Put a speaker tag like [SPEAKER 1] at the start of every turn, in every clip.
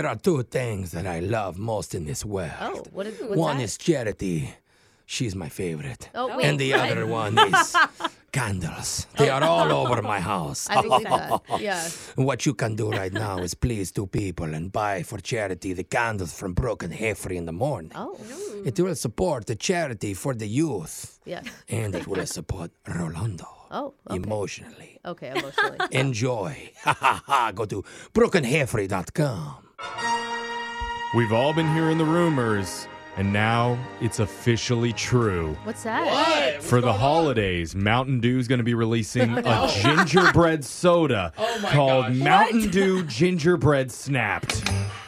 [SPEAKER 1] There are two things that I love most in this world.
[SPEAKER 2] Oh, what is what's
[SPEAKER 1] one
[SPEAKER 2] that?
[SPEAKER 1] is charity. She's my favorite.
[SPEAKER 2] Oh, wait,
[SPEAKER 1] and the
[SPEAKER 2] what?
[SPEAKER 1] other one is candles. They are all over my house.
[SPEAKER 2] I believe that. uh, Yeah.
[SPEAKER 1] What you can do right now is please two people and buy for charity the candles from Brooke and Heffrey in the morning.
[SPEAKER 2] Oh,
[SPEAKER 1] It will support the charity for the youth.
[SPEAKER 2] yeah.
[SPEAKER 1] And it will support Rolando
[SPEAKER 2] Oh, okay.
[SPEAKER 1] emotionally.
[SPEAKER 2] Okay, emotionally.
[SPEAKER 1] Enjoy. Ha ha ha. Go to brookeandheffrey.com.
[SPEAKER 3] We've all been hearing the rumors, and now it's officially true.
[SPEAKER 2] What's that?
[SPEAKER 3] For the holidays, Mountain Dew is going to be releasing a gingerbread soda called Mountain Dew Gingerbread Snapped.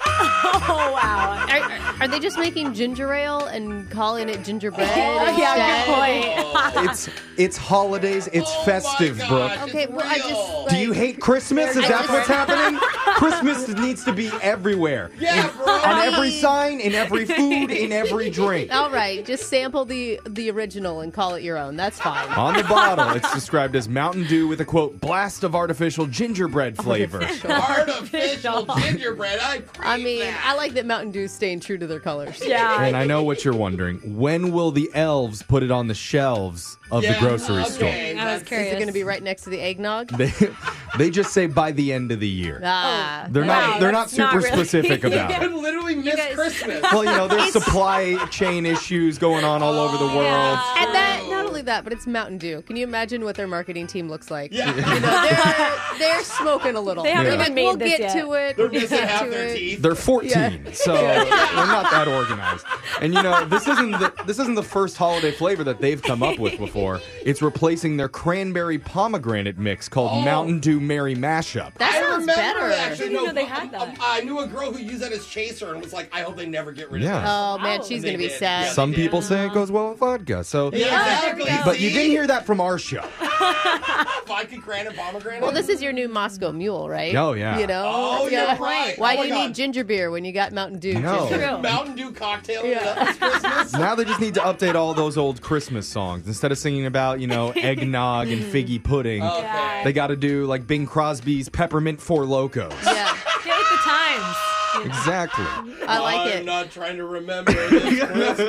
[SPEAKER 4] Oh wow.
[SPEAKER 2] Are, are- are they just making ginger ale and calling it gingerbread?
[SPEAKER 4] yeah, good
[SPEAKER 2] instead?
[SPEAKER 4] point.
[SPEAKER 5] it's it's holidays. It's festive, Brooke.
[SPEAKER 2] Okay, well, I just. Like,
[SPEAKER 5] Do you hate Christmas? Is that
[SPEAKER 2] just-
[SPEAKER 5] what's happening? Christmas needs to be everywhere. Yeah, bro. On every sign, in every food, in every drink.
[SPEAKER 2] All right, just sample the the original and call it your own. That's fine.
[SPEAKER 3] On the bottle, it's described as Mountain Dew with a quote, blast of artificial gingerbread flavor.
[SPEAKER 6] Artificial gingerbread. I,
[SPEAKER 2] I mean, I like that Mountain Dew's staying true to their colors.
[SPEAKER 3] And
[SPEAKER 4] Yeah.
[SPEAKER 3] I know what you're wondering. When will the elves put it on the shelves of the grocery store?
[SPEAKER 4] I was
[SPEAKER 2] Is
[SPEAKER 4] curious.
[SPEAKER 2] it going to be right next to the eggnog?
[SPEAKER 3] They, they just say by the end of the year.
[SPEAKER 2] Ah,
[SPEAKER 3] They're
[SPEAKER 4] Wow,
[SPEAKER 3] not. They're not
[SPEAKER 4] that's not
[SPEAKER 3] super
[SPEAKER 4] really-
[SPEAKER 3] specific about
[SPEAKER 6] I
[SPEAKER 3] it.
[SPEAKER 6] literally missed
[SPEAKER 4] guys-
[SPEAKER 6] Christmas.
[SPEAKER 3] Well, you know, there's supply chain issues going on all over the
[SPEAKER 6] Oh,
[SPEAKER 3] world.
[SPEAKER 2] And that,
[SPEAKER 4] Oh.
[SPEAKER 2] not only that, but it's Mountain Dew. Can you imagine what their marketing team looks like?
[SPEAKER 6] Yeah.
[SPEAKER 2] You know, they're, they're smoking a little.
[SPEAKER 4] They haven't
[SPEAKER 2] They're
[SPEAKER 4] even
[SPEAKER 2] like,
[SPEAKER 4] made
[SPEAKER 2] we'll
[SPEAKER 4] this
[SPEAKER 2] get
[SPEAKER 4] yet.
[SPEAKER 2] to it.
[SPEAKER 6] They're
[SPEAKER 2] we'll
[SPEAKER 6] missing
[SPEAKER 2] get
[SPEAKER 6] half
[SPEAKER 2] to
[SPEAKER 6] their
[SPEAKER 2] it.
[SPEAKER 6] teeth.
[SPEAKER 3] They're 14, so they're not that organized. And you know, this isn't the, this isn't the first holiday flavor that they've come up with before. It's replacing their cranberry pomegranate mix called
[SPEAKER 6] Oh.
[SPEAKER 3] Mountain Dew Mary Mashup.
[SPEAKER 2] That
[SPEAKER 6] I
[SPEAKER 2] sounds
[SPEAKER 6] remember
[SPEAKER 2] better.
[SPEAKER 6] actually.
[SPEAKER 4] I didn't
[SPEAKER 6] no,
[SPEAKER 4] know they had that.
[SPEAKER 6] um, I knew a girl who used that as chaser and was like, I hope they never get rid
[SPEAKER 3] Yeah.
[SPEAKER 6] of
[SPEAKER 2] Oh, man, she's
[SPEAKER 6] And
[SPEAKER 2] going to
[SPEAKER 6] they
[SPEAKER 2] be
[SPEAKER 6] did.
[SPEAKER 2] sad.
[SPEAKER 3] Some people say it goes well with vodka. So,
[SPEAKER 6] this. Yeah, exactly.
[SPEAKER 3] but you
[SPEAKER 6] See?
[SPEAKER 3] didn't hear that from our show.
[SPEAKER 6] vodka granite pomegranate.
[SPEAKER 2] Well, this is your new Moscow Mule, right?
[SPEAKER 3] Oh, yeah.
[SPEAKER 2] You know?
[SPEAKER 6] Oh, you're
[SPEAKER 2] Yeah.
[SPEAKER 6] right.
[SPEAKER 2] Why
[SPEAKER 6] Oh, my
[SPEAKER 2] do you
[SPEAKER 6] God.
[SPEAKER 2] need ginger beer when you got Mountain Dew?
[SPEAKER 3] No.
[SPEAKER 2] Ginger-
[SPEAKER 4] True.
[SPEAKER 6] Mountain Dew cocktail.
[SPEAKER 2] Yeah.
[SPEAKER 6] Yeah. That's Christmas.
[SPEAKER 3] Now they just need to update all those old Christmas songs. Instead of singing about, you know, eggnog and figgy pudding,
[SPEAKER 6] Okay.
[SPEAKER 3] they got to do like Bing Crosby's Peppermint Four Locos.
[SPEAKER 2] Yeah,
[SPEAKER 4] Get with the times.
[SPEAKER 3] Exactly.
[SPEAKER 2] I like
[SPEAKER 6] I'm
[SPEAKER 2] it.
[SPEAKER 6] not trying to remember this Christmas.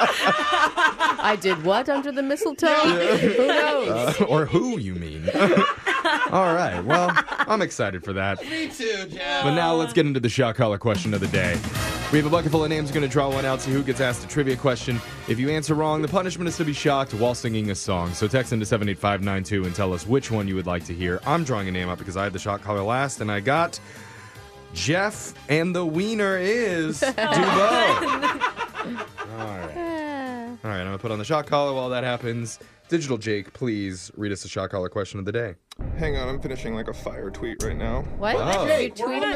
[SPEAKER 2] I did what under the mistletoe? Who knows?
[SPEAKER 3] Uh, or who you mean. All right. Well, I'm excited for that.
[SPEAKER 6] Me too, Jeff.
[SPEAKER 3] But now let's get into the shot collar question of the day. We have a bucket full of names. We're going to draw one out. See who gets asked a trivia question. If you answer wrong, the punishment is to be shocked while singing a song. So text into seven eight five nine two and tell us which one you would like to hear. I'm drawing a name up because I had the shot collar last, and I got Jeff, and the wiener is Dubo. All right. All right, I'm gonna put on the shot collar while that happens. Digital Jake, please read us the shot collar question of the day.
[SPEAKER 7] Hang on, I'm finishing like a fire tweet right now.
[SPEAKER 2] What?
[SPEAKER 3] Oh.
[SPEAKER 6] We're
[SPEAKER 2] You're
[SPEAKER 6] on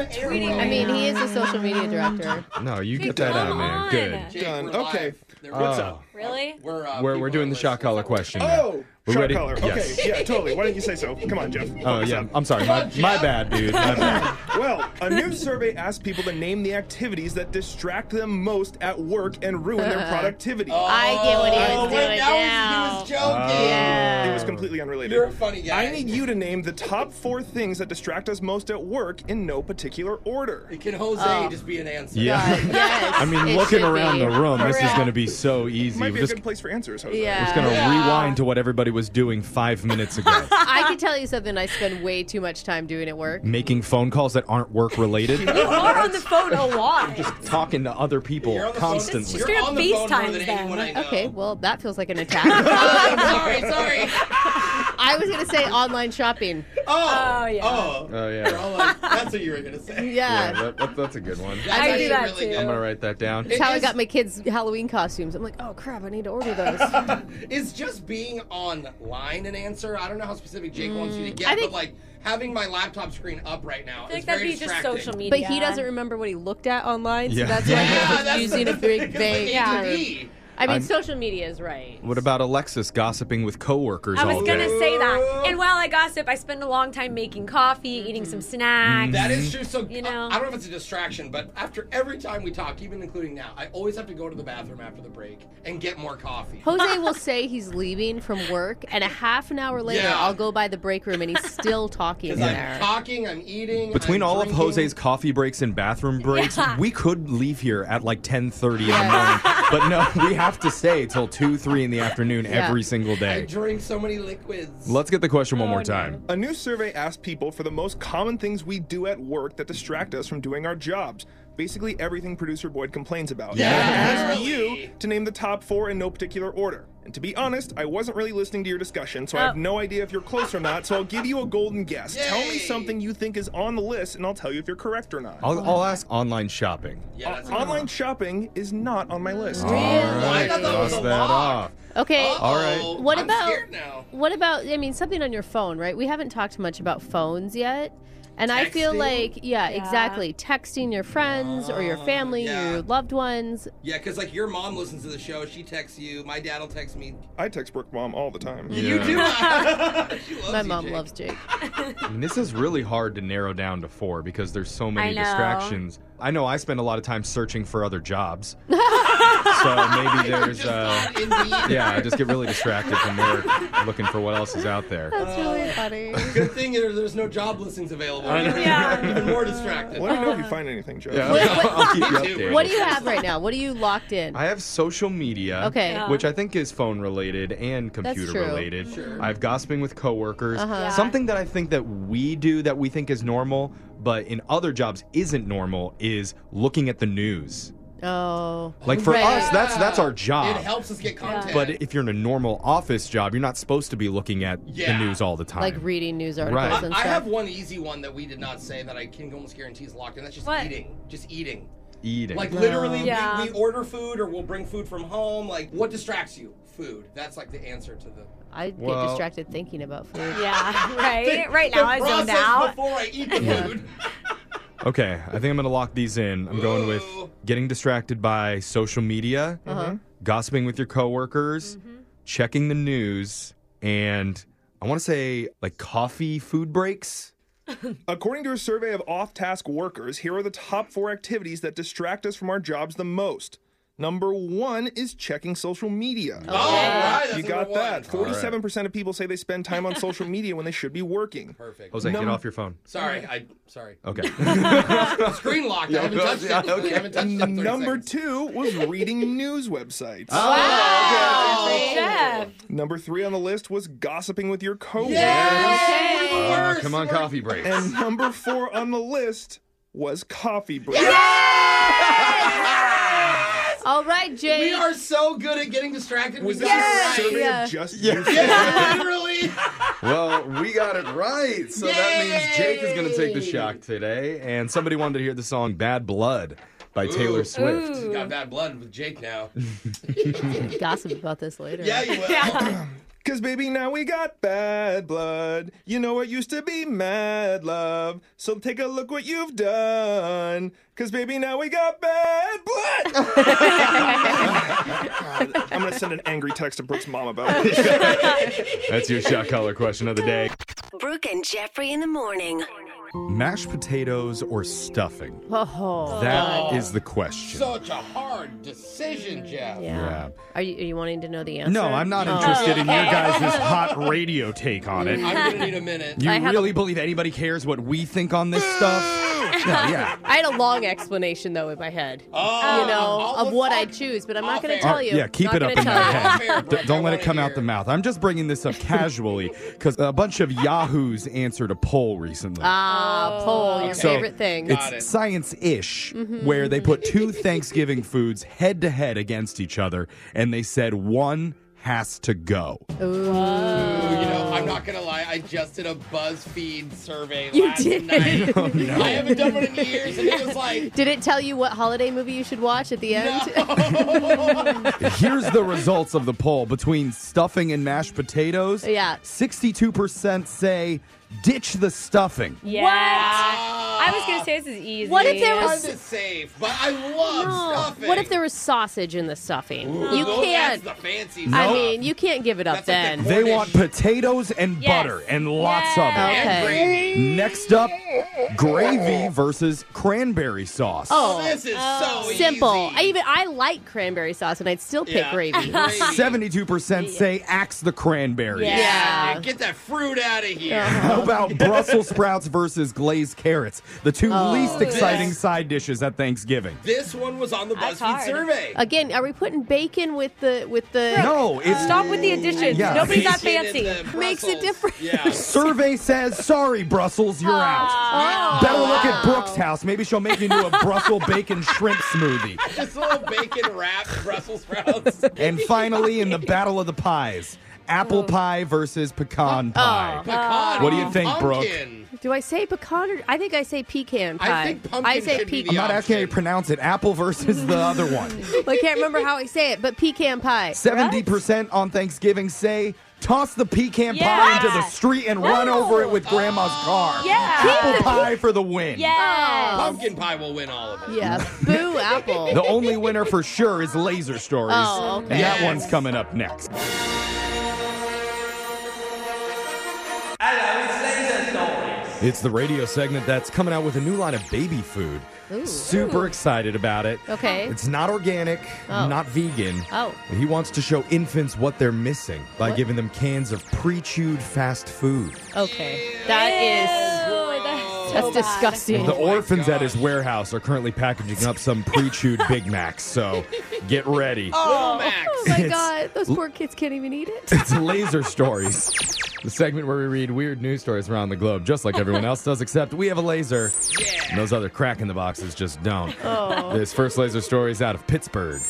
[SPEAKER 2] tweeting?
[SPEAKER 6] the air
[SPEAKER 4] tweeting.
[SPEAKER 6] right
[SPEAKER 2] I mean, he is a social media director.
[SPEAKER 3] No, you get that out,
[SPEAKER 4] come
[SPEAKER 3] man.
[SPEAKER 4] on.
[SPEAKER 3] Good.
[SPEAKER 6] Jake,
[SPEAKER 7] Done.
[SPEAKER 6] we're live.
[SPEAKER 7] Okay.
[SPEAKER 6] There-
[SPEAKER 3] What's
[SPEAKER 7] up?
[SPEAKER 4] Really?
[SPEAKER 6] We're, uh,
[SPEAKER 3] We're,
[SPEAKER 6] people
[SPEAKER 3] we're
[SPEAKER 6] are
[SPEAKER 3] doing the shot
[SPEAKER 6] listening.
[SPEAKER 3] collar question. now.
[SPEAKER 7] Oh,
[SPEAKER 3] We're
[SPEAKER 7] shot
[SPEAKER 3] ready?
[SPEAKER 7] collar.
[SPEAKER 3] Yes.
[SPEAKER 7] Okay, yeah, totally. Why didn't you say so? Come on, Jeff.
[SPEAKER 3] Oh
[SPEAKER 7] Focus
[SPEAKER 3] yeah,
[SPEAKER 7] up.
[SPEAKER 3] I'm sorry. My, my bad, dude. My bad.
[SPEAKER 7] Well, a new survey asked people to name the activities that distract them most at work and ruin their productivity.
[SPEAKER 2] I get what he
[SPEAKER 6] Oh,
[SPEAKER 2] was doing
[SPEAKER 6] wait, now
[SPEAKER 2] now.
[SPEAKER 6] he's- he was joking.
[SPEAKER 7] It
[SPEAKER 3] Oh.
[SPEAKER 2] Yeah.
[SPEAKER 7] was completely unrelated.
[SPEAKER 6] You're a funny guy.
[SPEAKER 7] I need you to name the top four things that distract us most at work in no particular order.
[SPEAKER 6] Can Jose
[SPEAKER 4] Oh.
[SPEAKER 2] Oh.
[SPEAKER 6] just be an answer?
[SPEAKER 3] Yeah.
[SPEAKER 2] God, yes,
[SPEAKER 3] I mean,
[SPEAKER 2] it
[SPEAKER 3] looking
[SPEAKER 2] should
[SPEAKER 3] around
[SPEAKER 2] be.
[SPEAKER 3] the room, this is
[SPEAKER 4] Correct.
[SPEAKER 3] going to be so easy.
[SPEAKER 7] Might
[SPEAKER 3] We're
[SPEAKER 7] be
[SPEAKER 3] just,
[SPEAKER 7] a good place for answers, Jose.
[SPEAKER 2] Yeah.
[SPEAKER 3] just going to rewind to what everybody was doing five minutes ago,
[SPEAKER 2] I can tell you something I spend way too much time doing at work.
[SPEAKER 3] making phone calls that aren't work related,
[SPEAKER 4] You are on the phone a lot.
[SPEAKER 3] talking to other people
[SPEAKER 6] You're on the phone-
[SPEAKER 3] constantly.
[SPEAKER 4] Just-
[SPEAKER 6] You're
[SPEAKER 4] gonna
[SPEAKER 6] on the phone more
[SPEAKER 4] FaceTime
[SPEAKER 6] than
[SPEAKER 4] them.
[SPEAKER 6] anyone I know.
[SPEAKER 2] Okay, well, that feels like an attack. I'm sorry, sorry. I was going to say online shopping.
[SPEAKER 6] Oh,
[SPEAKER 4] Oh, yeah.
[SPEAKER 6] Oh,
[SPEAKER 3] Oh
[SPEAKER 6] They're
[SPEAKER 3] yeah.
[SPEAKER 6] all like, that's what you were gonna say.
[SPEAKER 2] Yeah.
[SPEAKER 3] Yeah, that- that- that's a good one.
[SPEAKER 6] That's
[SPEAKER 4] I do
[SPEAKER 6] actually
[SPEAKER 4] that
[SPEAKER 6] really
[SPEAKER 4] too.
[SPEAKER 6] good.
[SPEAKER 3] I'm gonna write that down.
[SPEAKER 2] That's how I
[SPEAKER 6] Is-
[SPEAKER 2] got my kids' Halloween costumes. I'm like, oh crap, I need to order those.
[SPEAKER 6] Is just being online an answer? I don't know how specific Jake wants you to get,
[SPEAKER 2] I think-
[SPEAKER 6] but like having my laptop screen up right now
[SPEAKER 4] Mm, I feel
[SPEAKER 6] is
[SPEAKER 4] like that'd
[SPEAKER 6] very
[SPEAKER 4] be just
[SPEAKER 6] distracting.
[SPEAKER 4] social media.
[SPEAKER 2] but he doesn't remember what he looked at online, so
[SPEAKER 3] Yeah.
[SPEAKER 2] that's why
[SPEAKER 6] Yeah,
[SPEAKER 2] he was
[SPEAKER 6] that's
[SPEAKER 2] using
[SPEAKER 6] the
[SPEAKER 2] a big
[SPEAKER 6] thing, 'cause, like,
[SPEAKER 2] vague.
[SPEAKER 4] Yeah.
[SPEAKER 6] ADD.
[SPEAKER 2] term. I mean,
[SPEAKER 3] I'm-
[SPEAKER 2] social media is right.
[SPEAKER 3] What about Alexis gossiping with coworkers
[SPEAKER 4] I
[SPEAKER 3] all
[SPEAKER 4] was gonna
[SPEAKER 3] day?
[SPEAKER 4] say that. And while I gossip, I spend a long time making coffee, eating some snacks.
[SPEAKER 6] That is true. So
[SPEAKER 4] You
[SPEAKER 6] you
[SPEAKER 4] know.
[SPEAKER 6] know, I don't know if it's a distraction, but after every time we talk, even including now, I always have to go to the bathroom after the break and get more coffee.
[SPEAKER 2] Jose will say he's leaving from work, and a half an hour later,
[SPEAKER 6] Yeah.
[SPEAKER 2] I'll go by the break room, and he's still talking in
[SPEAKER 6] Because
[SPEAKER 2] there.
[SPEAKER 6] I'm talking, I'm eating.
[SPEAKER 3] Between
[SPEAKER 6] I'm
[SPEAKER 3] all
[SPEAKER 6] drinking.
[SPEAKER 3] of Jose's coffee breaks and bathroom breaks,
[SPEAKER 4] Yeah.
[SPEAKER 3] we could leave here at like 10:30
[SPEAKER 2] Yeah.
[SPEAKER 3] in the morning. But no, we have to stay till 2, 3 in the afternoon
[SPEAKER 2] Yeah.
[SPEAKER 3] every single
[SPEAKER 6] I
[SPEAKER 3] day.
[SPEAKER 6] drink so many liquids.
[SPEAKER 3] Let's get the question one
[SPEAKER 4] Oh,
[SPEAKER 3] more
[SPEAKER 4] no.
[SPEAKER 3] time.
[SPEAKER 7] A new survey asked people for the most common things we do at work that distract us from doing our jobs. Basically, everything producer Boyd complains about.
[SPEAKER 6] Yeah.
[SPEAKER 7] And I asked you to name the top four in no particular order. And to be honest, I wasn't really listening to your discussion, so I have
[SPEAKER 4] Oh.
[SPEAKER 7] no idea if you're close or not. So I'll give you a golden guess. Tell me
[SPEAKER 6] Yay.
[SPEAKER 7] something you think is on the list, and I'll tell you if you're correct or not.
[SPEAKER 3] I'll, I'll ask online shopping.
[SPEAKER 6] Yeah, that's
[SPEAKER 7] Online shopping is not on my list.
[SPEAKER 3] All
[SPEAKER 6] I
[SPEAKER 3] right,
[SPEAKER 4] Oh,
[SPEAKER 6] thought that was
[SPEAKER 3] cross
[SPEAKER 6] a
[SPEAKER 3] that
[SPEAKER 6] lock.
[SPEAKER 3] off.
[SPEAKER 2] okay.
[SPEAKER 3] All right.
[SPEAKER 6] Uh-oh,
[SPEAKER 2] What
[SPEAKER 6] I'm
[SPEAKER 2] about-
[SPEAKER 6] scared now.
[SPEAKER 2] What about, I mean, something on your phone, right? We haven't talked much about phones yet. And I feel
[SPEAKER 6] Texting?
[SPEAKER 2] like, yeah,
[SPEAKER 4] Yeah.
[SPEAKER 2] exactly. Texting your friends or your
[SPEAKER 6] Uh,
[SPEAKER 2] family,
[SPEAKER 6] yeah.
[SPEAKER 2] your loved ones.
[SPEAKER 6] Yeah, because like your mom listens to the show. She texts you. My dad will text me.
[SPEAKER 7] I text Brooke Mom all the time.
[SPEAKER 3] Yeah.
[SPEAKER 6] You do. not. She loves
[SPEAKER 2] My
[SPEAKER 6] you,
[SPEAKER 2] mom
[SPEAKER 6] Jake.
[SPEAKER 2] loves Jake.
[SPEAKER 3] I mean, this is really hard to narrow down to four because there's so many
[SPEAKER 4] I know.
[SPEAKER 3] distractions. I know I spend a lot of time searching for other jobs. so maybe there's.
[SPEAKER 6] Just
[SPEAKER 3] Uh,
[SPEAKER 6] on Indeed.
[SPEAKER 3] yeah, I just get really distracted from work looking for what else is out there.
[SPEAKER 2] That's really funny.
[SPEAKER 6] Good thing there, there's no job listings available.
[SPEAKER 3] I know.
[SPEAKER 4] Yeah.
[SPEAKER 6] Even more distracted.
[SPEAKER 7] Let me know if you find anything, Joe.
[SPEAKER 3] Yeah,
[SPEAKER 2] What-
[SPEAKER 3] I'll- I'll keep you
[SPEAKER 6] Me too,
[SPEAKER 3] updated.
[SPEAKER 6] bro.
[SPEAKER 2] What do you have right now? What are you locked in?
[SPEAKER 3] I have social media,
[SPEAKER 2] Okay. Yeah.
[SPEAKER 3] which I think is phone related and computer
[SPEAKER 2] true.
[SPEAKER 3] related.
[SPEAKER 6] Sure.
[SPEAKER 3] I have gossiping with coworkers,
[SPEAKER 2] Uh-huh. Yeah.
[SPEAKER 3] something that I think that we do that we think is normal, but in other jobs isn't normal is looking at the news.
[SPEAKER 2] Oh.
[SPEAKER 3] Like for
[SPEAKER 2] Right.
[SPEAKER 3] us, that's that's our
[SPEAKER 6] It
[SPEAKER 3] job.
[SPEAKER 6] helps us get content.
[SPEAKER 3] But if you're in a normal office job, you're not supposed to be looking at
[SPEAKER 6] Yeah.
[SPEAKER 3] the news all the time.
[SPEAKER 2] Like reading news articles
[SPEAKER 3] Right.
[SPEAKER 6] I,
[SPEAKER 2] and
[SPEAKER 6] I
[SPEAKER 2] stuff.
[SPEAKER 6] have one easy one that we did not say that I can almost guarantee is locked in. That's just
[SPEAKER 4] What?
[SPEAKER 6] eating. Just eating.
[SPEAKER 3] eating.
[SPEAKER 6] Like literally,
[SPEAKER 4] Yeah.
[SPEAKER 6] we, we order food or we'll bring food from home. Like, what distracts you? Food. That's like the answer to the.
[SPEAKER 2] I get
[SPEAKER 3] Well-
[SPEAKER 2] distracted thinking about food.
[SPEAKER 4] Yeah, right. Right
[SPEAKER 6] The
[SPEAKER 4] now I zoned
[SPEAKER 6] process
[SPEAKER 4] out.
[SPEAKER 6] Before I eat the food.
[SPEAKER 3] okay, I think I'm gonna lock these in. I'm going with
[SPEAKER 6] Ooh.
[SPEAKER 3] getting distracted by social media.
[SPEAKER 7] Mm-hmm.
[SPEAKER 2] Uh-huh. Mm-hmm.
[SPEAKER 3] gossiping with your coworkers, checking the news, and I want to say like coffee food breaks.
[SPEAKER 7] According to a survey of off task workers, here are the top four activities that distract us from our jobs the most. Number one is checking social media.
[SPEAKER 6] All right, Oh, that's
[SPEAKER 7] you got
[SPEAKER 6] number one.
[SPEAKER 7] that. 47% of people say they spend time on social media when they should be working.
[SPEAKER 6] Perfect.
[SPEAKER 3] Jose, get
[SPEAKER 7] Num-
[SPEAKER 3] off your phone.
[SPEAKER 6] Sorry, I sorry.
[SPEAKER 3] Okay.
[SPEAKER 6] Screen locked. I haven't touched it. I haven't touched it. in 30
[SPEAKER 7] Number
[SPEAKER 6] seconds. Oh,
[SPEAKER 7] two was reading news websites.
[SPEAKER 4] Jeff.
[SPEAKER 7] Number three on the list was gossiping with your coworkers.
[SPEAKER 6] Yes! We're the
[SPEAKER 3] Uh,
[SPEAKER 6] worst.
[SPEAKER 3] come on,
[SPEAKER 6] We're-
[SPEAKER 3] coffee breaks.
[SPEAKER 7] And number four on the list was coffee break.
[SPEAKER 2] All right, Jake.
[SPEAKER 6] We are so good at getting distracted.
[SPEAKER 7] Was
[SPEAKER 6] we
[SPEAKER 7] this
[SPEAKER 6] got
[SPEAKER 7] a
[SPEAKER 6] it
[SPEAKER 7] survey
[SPEAKER 6] right.
[SPEAKER 2] Yeah.
[SPEAKER 7] of just
[SPEAKER 6] Yeah, literally.
[SPEAKER 3] well, we got it right. So that means Jake is going to take the shock today. And somebody wanted to hear the song Bad Blood by Taylor
[SPEAKER 6] Ooh.
[SPEAKER 3] Swift.
[SPEAKER 4] Ooh.
[SPEAKER 6] Got bad blood with Jake now.
[SPEAKER 2] gossip about this later.
[SPEAKER 6] Yeah, you will.
[SPEAKER 7] Cause baby, now we got bad blood. You know it used to be mad love. So take a look what you've done. Cause baby, now we got bad blood. God, I'm gonna send an angry text to Brooke's mom about this.
[SPEAKER 3] That's your shock collar question of the day.
[SPEAKER 8] Brooke and Jeffrey in the morning.
[SPEAKER 3] Mashed potatoes or stuffing?
[SPEAKER 2] Oh.
[SPEAKER 3] That is the question.
[SPEAKER 6] Such a hard decision, Jeff.
[SPEAKER 3] yeah.
[SPEAKER 2] Are you, are you wanting to know the answer?
[SPEAKER 3] No, I'm not
[SPEAKER 2] Oh.
[SPEAKER 3] interested in your guys' hot radio take on it.
[SPEAKER 6] I'm gonna need a minute.
[SPEAKER 3] You
[SPEAKER 2] I had
[SPEAKER 3] really believe anybody cares what we think on this stuff? No, yeah.
[SPEAKER 2] I had a long explanation though in my head,
[SPEAKER 6] Oh,
[SPEAKER 2] you know,
[SPEAKER 6] all
[SPEAKER 2] of
[SPEAKER 6] the
[SPEAKER 2] what
[SPEAKER 6] fuck- Oh,
[SPEAKER 2] I choose, but I'm not
[SPEAKER 6] Off
[SPEAKER 2] going to
[SPEAKER 6] air.
[SPEAKER 2] tell
[SPEAKER 3] Uh,
[SPEAKER 2] you.
[SPEAKER 3] yeah, keep
[SPEAKER 2] Not
[SPEAKER 3] it up
[SPEAKER 2] gonna
[SPEAKER 3] in
[SPEAKER 2] tell
[SPEAKER 3] that
[SPEAKER 2] you.
[SPEAKER 3] head.
[SPEAKER 6] Brooke,
[SPEAKER 3] D- don't
[SPEAKER 6] I
[SPEAKER 3] let it
[SPEAKER 6] wanna
[SPEAKER 3] come out
[SPEAKER 6] hear.
[SPEAKER 3] the mouth. I'm just bringing this up casually because a bunch of yahoos answered a poll recently.
[SPEAKER 2] Ah, poll, your
[SPEAKER 3] So,
[SPEAKER 2] favorite thing. Mm-hmm.
[SPEAKER 3] It's
[SPEAKER 6] Got it.
[SPEAKER 3] science-ish, where they put two Thanksgiving foods head to head against each other, and they said one has to go.
[SPEAKER 6] Ooh, you know, I'm not gonna lie. I just did a BuzzFeed survey
[SPEAKER 2] You
[SPEAKER 6] last
[SPEAKER 2] did.
[SPEAKER 6] night.
[SPEAKER 3] Oh, no.
[SPEAKER 6] I haven't done one in years, and it was like,
[SPEAKER 2] Did it tell you what holiday movie you should watch at the end?
[SPEAKER 3] Here's the results of the poll between stuffing and mashed potatoes.
[SPEAKER 2] Yeah.
[SPEAKER 3] 62% say ditch the stuffing.
[SPEAKER 4] Yeah. I was gonna say this is easy.
[SPEAKER 2] What if there was-
[SPEAKER 6] Kind of safe, but I love stuffing.
[SPEAKER 2] What if there was sausage in the stuffing? you
[SPEAKER 6] Those-
[SPEAKER 2] can't.
[SPEAKER 6] That's the fancy
[SPEAKER 2] I
[SPEAKER 6] stuff.
[SPEAKER 2] mean, you can't give it up
[SPEAKER 6] That's like the
[SPEAKER 2] then.
[SPEAKER 3] They want
[SPEAKER 6] Cornish.
[SPEAKER 3] potatoes and
[SPEAKER 4] Yes.
[SPEAKER 3] butter and lots of
[SPEAKER 6] And
[SPEAKER 2] Okay.
[SPEAKER 6] gravy.
[SPEAKER 3] it. Next up, gravy versus cranberry sauce.
[SPEAKER 2] Oh,
[SPEAKER 6] This is so
[SPEAKER 2] simple.
[SPEAKER 6] easy.
[SPEAKER 2] I even I like cranberry sauce, and I'd still pick
[SPEAKER 6] Yeah.
[SPEAKER 2] gravy.
[SPEAKER 6] Gravy.
[SPEAKER 3] 72% say axe the cranberry.
[SPEAKER 4] Yeah.
[SPEAKER 2] Yeah.
[SPEAKER 6] Get that fruit out of here.
[SPEAKER 3] How about Brussels sprouts versus glazed carrots? The two
[SPEAKER 2] Oh,
[SPEAKER 3] least exciting
[SPEAKER 6] This-
[SPEAKER 3] side dishes at Thanksgiving.
[SPEAKER 6] This one was on the
[SPEAKER 4] That's
[SPEAKER 6] BuzzFeed
[SPEAKER 4] hard.
[SPEAKER 6] survey.
[SPEAKER 2] Again, are we putting bacon with the with the?
[SPEAKER 3] No, it's
[SPEAKER 4] Stop with the additions.
[SPEAKER 3] Yeah.
[SPEAKER 4] Nobody's that
[SPEAKER 6] Shit in
[SPEAKER 4] fancy.
[SPEAKER 6] the
[SPEAKER 2] Makes a
[SPEAKER 6] Brussels.
[SPEAKER 2] difference.
[SPEAKER 6] Yeah.
[SPEAKER 3] survey says sorry, Brussels, you're out.
[SPEAKER 2] Ah.
[SPEAKER 4] Aw.
[SPEAKER 3] Better look at
[SPEAKER 2] Oh.
[SPEAKER 3] Brooke's house. Maybe she'll make you into a Brussels bacon shrimp smoothie.
[SPEAKER 6] Just a little bacon wrapped Brussels sprouts.
[SPEAKER 3] And finally, in the battle of the pies, apple pie versus
[SPEAKER 2] Oh.
[SPEAKER 3] pecan pie.
[SPEAKER 6] Pecan.
[SPEAKER 3] What do you think, Brooke?
[SPEAKER 6] pumpkin.
[SPEAKER 2] Do I say pecan or I think I say pecan
[SPEAKER 6] I
[SPEAKER 2] pie.
[SPEAKER 6] think pumpkin
[SPEAKER 2] say
[SPEAKER 6] should be
[SPEAKER 2] pecan.
[SPEAKER 3] I'm not asking how you
[SPEAKER 6] option.
[SPEAKER 3] pronounce it. Apple versus the other one.
[SPEAKER 2] Well, I can't remember how I say it, but pecan pie.
[SPEAKER 3] 70% on Thanksgiving say toss the pecan pie
[SPEAKER 4] Yeah.
[SPEAKER 3] into the street and run
[SPEAKER 4] No.
[SPEAKER 3] over it with grandma's car.
[SPEAKER 4] Yeah.
[SPEAKER 3] Apple pie for the win.
[SPEAKER 4] Yes.
[SPEAKER 6] Pumpkin pie will win all of it.
[SPEAKER 2] Yeah, boo apple.
[SPEAKER 3] The only winner for sure is Laser Stories.
[SPEAKER 2] Oh, okay.
[SPEAKER 3] And that one's coming up next. It's the radio segment that's coming out with a new line of baby food.
[SPEAKER 2] Ooh.
[SPEAKER 3] Super excited about it.
[SPEAKER 2] Okay.
[SPEAKER 3] It's not organic,
[SPEAKER 2] Oh.
[SPEAKER 3] not vegan.
[SPEAKER 2] Oh.
[SPEAKER 3] But He wants to show infants what they're missing by
[SPEAKER 2] What?
[SPEAKER 3] giving them cans of pre chewed fast food.
[SPEAKER 2] Okay, that is
[SPEAKER 4] Ew, that's
[SPEAKER 2] that's
[SPEAKER 4] so bad.
[SPEAKER 2] disgusting.
[SPEAKER 3] the orphans at
[SPEAKER 6] gosh.
[SPEAKER 3] his warehouse are currently packaging up some pre chewed Big Macs, so get ready.
[SPEAKER 6] Little Max.
[SPEAKER 2] Oh my
[SPEAKER 3] It's-
[SPEAKER 2] god, those poor kids can't even eat it.
[SPEAKER 3] It's Laser Stories, the segment where we read weird news stories around the globe, just like everyone else does, except we have a laser. And those other crack in the boxes just don't. This first laser story is out of Pittsburgh.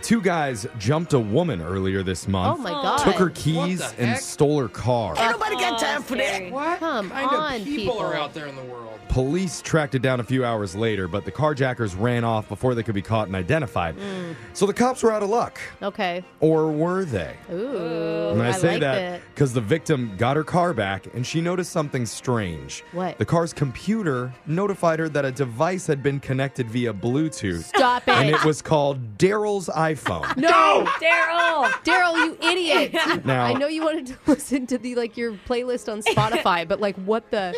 [SPEAKER 3] Two guys jumped a woman earlier this
[SPEAKER 2] Oh
[SPEAKER 3] month,
[SPEAKER 2] my god.
[SPEAKER 3] took her keys,
[SPEAKER 6] What the
[SPEAKER 3] and
[SPEAKER 6] heck?
[SPEAKER 3] stole her car.
[SPEAKER 4] Nobody got time for that.
[SPEAKER 6] What
[SPEAKER 2] Come
[SPEAKER 6] kind
[SPEAKER 2] on,
[SPEAKER 6] of people,
[SPEAKER 2] people.
[SPEAKER 6] are out there in the world?
[SPEAKER 3] Police tracked it down a few hours later, but the carjackers ran off before they could be caught and identified.
[SPEAKER 2] Mm.
[SPEAKER 3] So the cops were out of luck.
[SPEAKER 2] Okay.
[SPEAKER 3] Or were they?
[SPEAKER 2] Ooh.
[SPEAKER 3] And I, say
[SPEAKER 2] like
[SPEAKER 3] that because the victim got her car back and she noticed something strange.
[SPEAKER 2] What?
[SPEAKER 3] The car's computer notified her that a device had been connected via Bluetooth.
[SPEAKER 2] Stop it.
[SPEAKER 3] And it was called Daryl's iPhone.
[SPEAKER 2] no.
[SPEAKER 4] Daryl.
[SPEAKER 2] Daryl, you idiot!
[SPEAKER 3] Now-
[SPEAKER 2] I know you wanted to listen to the like your playlist on Spotify, but like what the?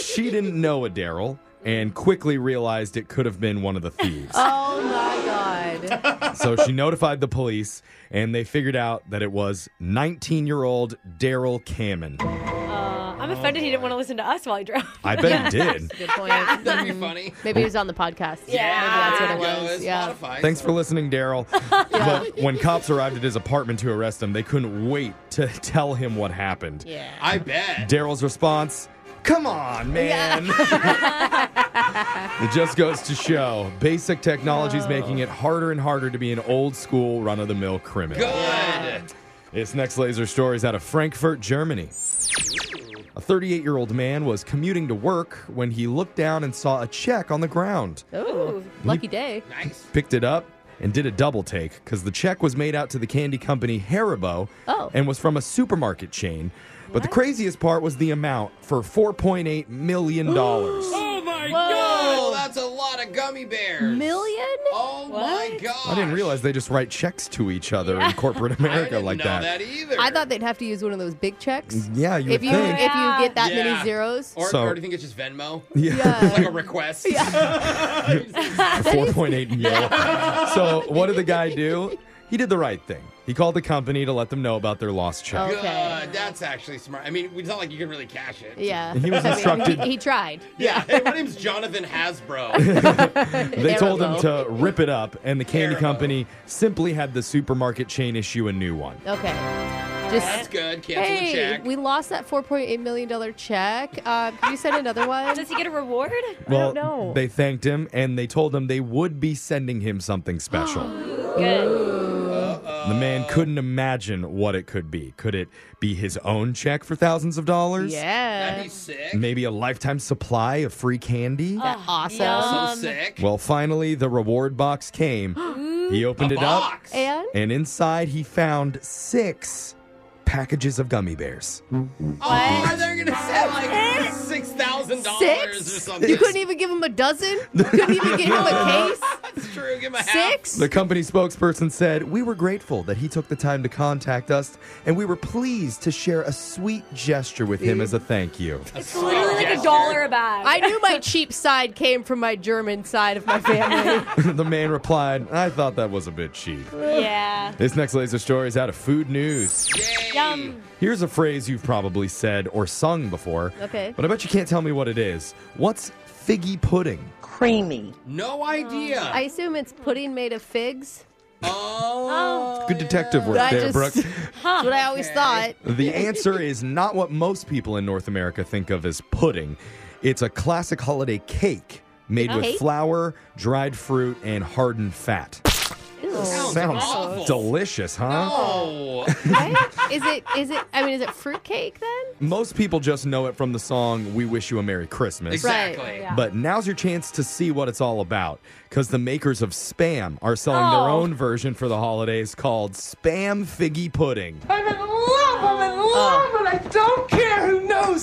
[SPEAKER 3] she didn't know a Daryl and quickly realized it could have been one of the thieves.
[SPEAKER 2] Oh my god!
[SPEAKER 3] so she notified the police and they figured out that it was 19 year old Daryl Cameron.
[SPEAKER 4] I'm offended he didn't want to listen to us while he drove.
[SPEAKER 3] I bet he did.
[SPEAKER 2] Good point. Mm-hmm.
[SPEAKER 6] That'd be funny.
[SPEAKER 2] Maybe he was on the podcast.
[SPEAKER 4] Yeah.
[SPEAKER 2] maybe that's
[SPEAKER 6] There
[SPEAKER 2] what
[SPEAKER 6] you
[SPEAKER 2] it
[SPEAKER 6] go,
[SPEAKER 2] was.
[SPEAKER 6] it's
[SPEAKER 2] Yeah.
[SPEAKER 6] Spotify.
[SPEAKER 3] Thanks for listening, Daryl. But when cops arrived at his apartment to arrest him, they couldn't wait to tell him what happened.
[SPEAKER 2] Yeah.
[SPEAKER 6] I bet.
[SPEAKER 3] Daryl's response, come on, man. it just goes to show basic technology's making it harder and harder to be an old school run of the mill criminal.
[SPEAKER 6] Good.
[SPEAKER 3] This next laser story is out of Frankfurt, Germany. A 38 year old man was commuting to work when he looked down and saw a check on the ground.
[SPEAKER 2] Ooh, lucky day.
[SPEAKER 6] Nice.
[SPEAKER 3] picked it up and did a double take because the check was made out to the candy company Haribo
[SPEAKER 2] Oh.
[SPEAKER 3] and was from a supermarket chain. But the craziest part was the amount for $4.8 million. I
[SPEAKER 6] Oh my
[SPEAKER 2] God.
[SPEAKER 6] That's a lot of gummy bears.
[SPEAKER 2] Million?
[SPEAKER 6] Oh my god.
[SPEAKER 3] didn't realize they just write checks to each other in corporate
[SPEAKER 6] I
[SPEAKER 3] America
[SPEAKER 6] didn't
[SPEAKER 3] like
[SPEAKER 6] know
[SPEAKER 3] that.
[SPEAKER 6] either.
[SPEAKER 2] I thought they'd have to use one of those big checks.
[SPEAKER 3] Yeah, you
[SPEAKER 2] e- if
[SPEAKER 3] would
[SPEAKER 2] you
[SPEAKER 3] think.
[SPEAKER 2] if you get that
[SPEAKER 6] Yeah.
[SPEAKER 2] many zeros.
[SPEAKER 6] Or,
[SPEAKER 3] So-
[SPEAKER 6] or do you think it's just Venmo?
[SPEAKER 2] Yeah.
[SPEAKER 6] It's like a request.
[SPEAKER 3] Four point eight mil. so what did the guy do? He did the right thing. He called the company to let them know about their lost check.
[SPEAKER 2] Oh.
[SPEAKER 6] Good.
[SPEAKER 2] Okay.
[SPEAKER 6] That's actually smart. I mean, it's not like you can really cash it.
[SPEAKER 2] Yeah.
[SPEAKER 3] He was
[SPEAKER 2] I mean,
[SPEAKER 3] instructed-
[SPEAKER 2] he, he tried.
[SPEAKER 6] Yeah. Hey, my name's Jonathan Hasbro. Oh,
[SPEAKER 3] They told him to
[SPEAKER 2] Haribo.
[SPEAKER 3] rip it up, and the candy
[SPEAKER 6] Haribo.
[SPEAKER 3] company simply had the supermarket chain issue a new one.
[SPEAKER 2] Okay. Just
[SPEAKER 6] That's good. Cancel the
[SPEAKER 2] Hey,
[SPEAKER 6] check.
[SPEAKER 2] we lost that four point eight million dollar check. Uh, can you send another one?
[SPEAKER 4] Does he get a reward?
[SPEAKER 3] Well,
[SPEAKER 2] know.
[SPEAKER 3] they thanked him and they told him they would be sending him something special.
[SPEAKER 4] Good.
[SPEAKER 3] the man couldn't imagine what it could be. Could it be his own check for thousands of dollars?
[SPEAKER 6] That'd
[SPEAKER 2] yeah.
[SPEAKER 6] be sick.
[SPEAKER 3] Maybe a lifetime supply of free candy?
[SPEAKER 2] Awesome.
[SPEAKER 6] so
[SPEAKER 4] Yum.
[SPEAKER 6] sick.
[SPEAKER 3] Well, finally, the reward box came. he opened
[SPEAKER 6] a
[SPEAKER 3] it up,
[SPEAKER 6] box.
[SPEAKER 2] And
[SPEAKER 3] and inside he found six packages of gummy bears.
[SPEAKER 6] Oh, they're gonna say like six thousand dollars or
[SPEAKER 2] Six?
[SPEAKER 6] something.
[SPEAKER 2] You couldn't even give him a dozen? You couldn't even give him a case?
[SPEAKER 6] That's true. Give him a half.
[SPEAKER 2] Six?
[SPEAKER 3] The company spokesperson said, We were grateful that he took the time to contact us, and we were pleased to share a sweet gesture with him as a thank you.
[SPEAKER 4] It's literally like a dollar a bag.
[SPEAKER 2] I knew my cheap side came from my German side of my family.
[SPEAKER 3] the man replied, I thought that was a bit cheap.
[SPEAKER 4] yeah.
[SPEAKER 3] This next laser story is out of food news.
[SPEAKER 4] Yum.
[SPEAKER 3] Here's a phrase you've probably said or sung before.
[SPEAKER 2] Okay.
[SPEAKER 3] But I bet you can't tell me what it is. What's figgy pudding?
[SPEAKER 9] Creamy.
[SPEAKER 6] No idea.
[SPEAKER 2] I assume it's pudding made of figs.
[SPEAKER 6] oh,
[SPEAKER 3] Good detective work
[SPEAKER 2] I
[SPEAKER 3] there,
[SPEAKER 2] just-
[SPEAKER 3] Brooke.
[SPEAKER 2] That's what I always thought.
[SPEAKER 3] The answer is not what most people in North America think of as pudding. It's a classic holiday cake made with
[SPEAKER 2] Cake?
[SPEAKER 3] flour, dried fruit, and hardened fat.
[SPEAKER 6] Sounds
[SPEAKER 3] Sounds
[SPEAKER 6] awful.
[SPEAKER 3] delicious, huh?
[SPEAKER 6] Oh,
[SPEAKER 2] Right? Is it? Is it? I mean, is it fruitcake then?
[SPEAKER 3] Most people just know it from the song We Wish You a Merry Christmas.
[SPEAKER 6] exactly.
[SPEAKER 4] Yeah.
[SPEAKER 3] But now's your chance to see what it's all about because the makers of Spam are selling their
[SPEAKER 4] Oh.
[SPEAKER 3] own version for the holidays called Spam Figgy Pudding.
[SPEAKER 2] Oh.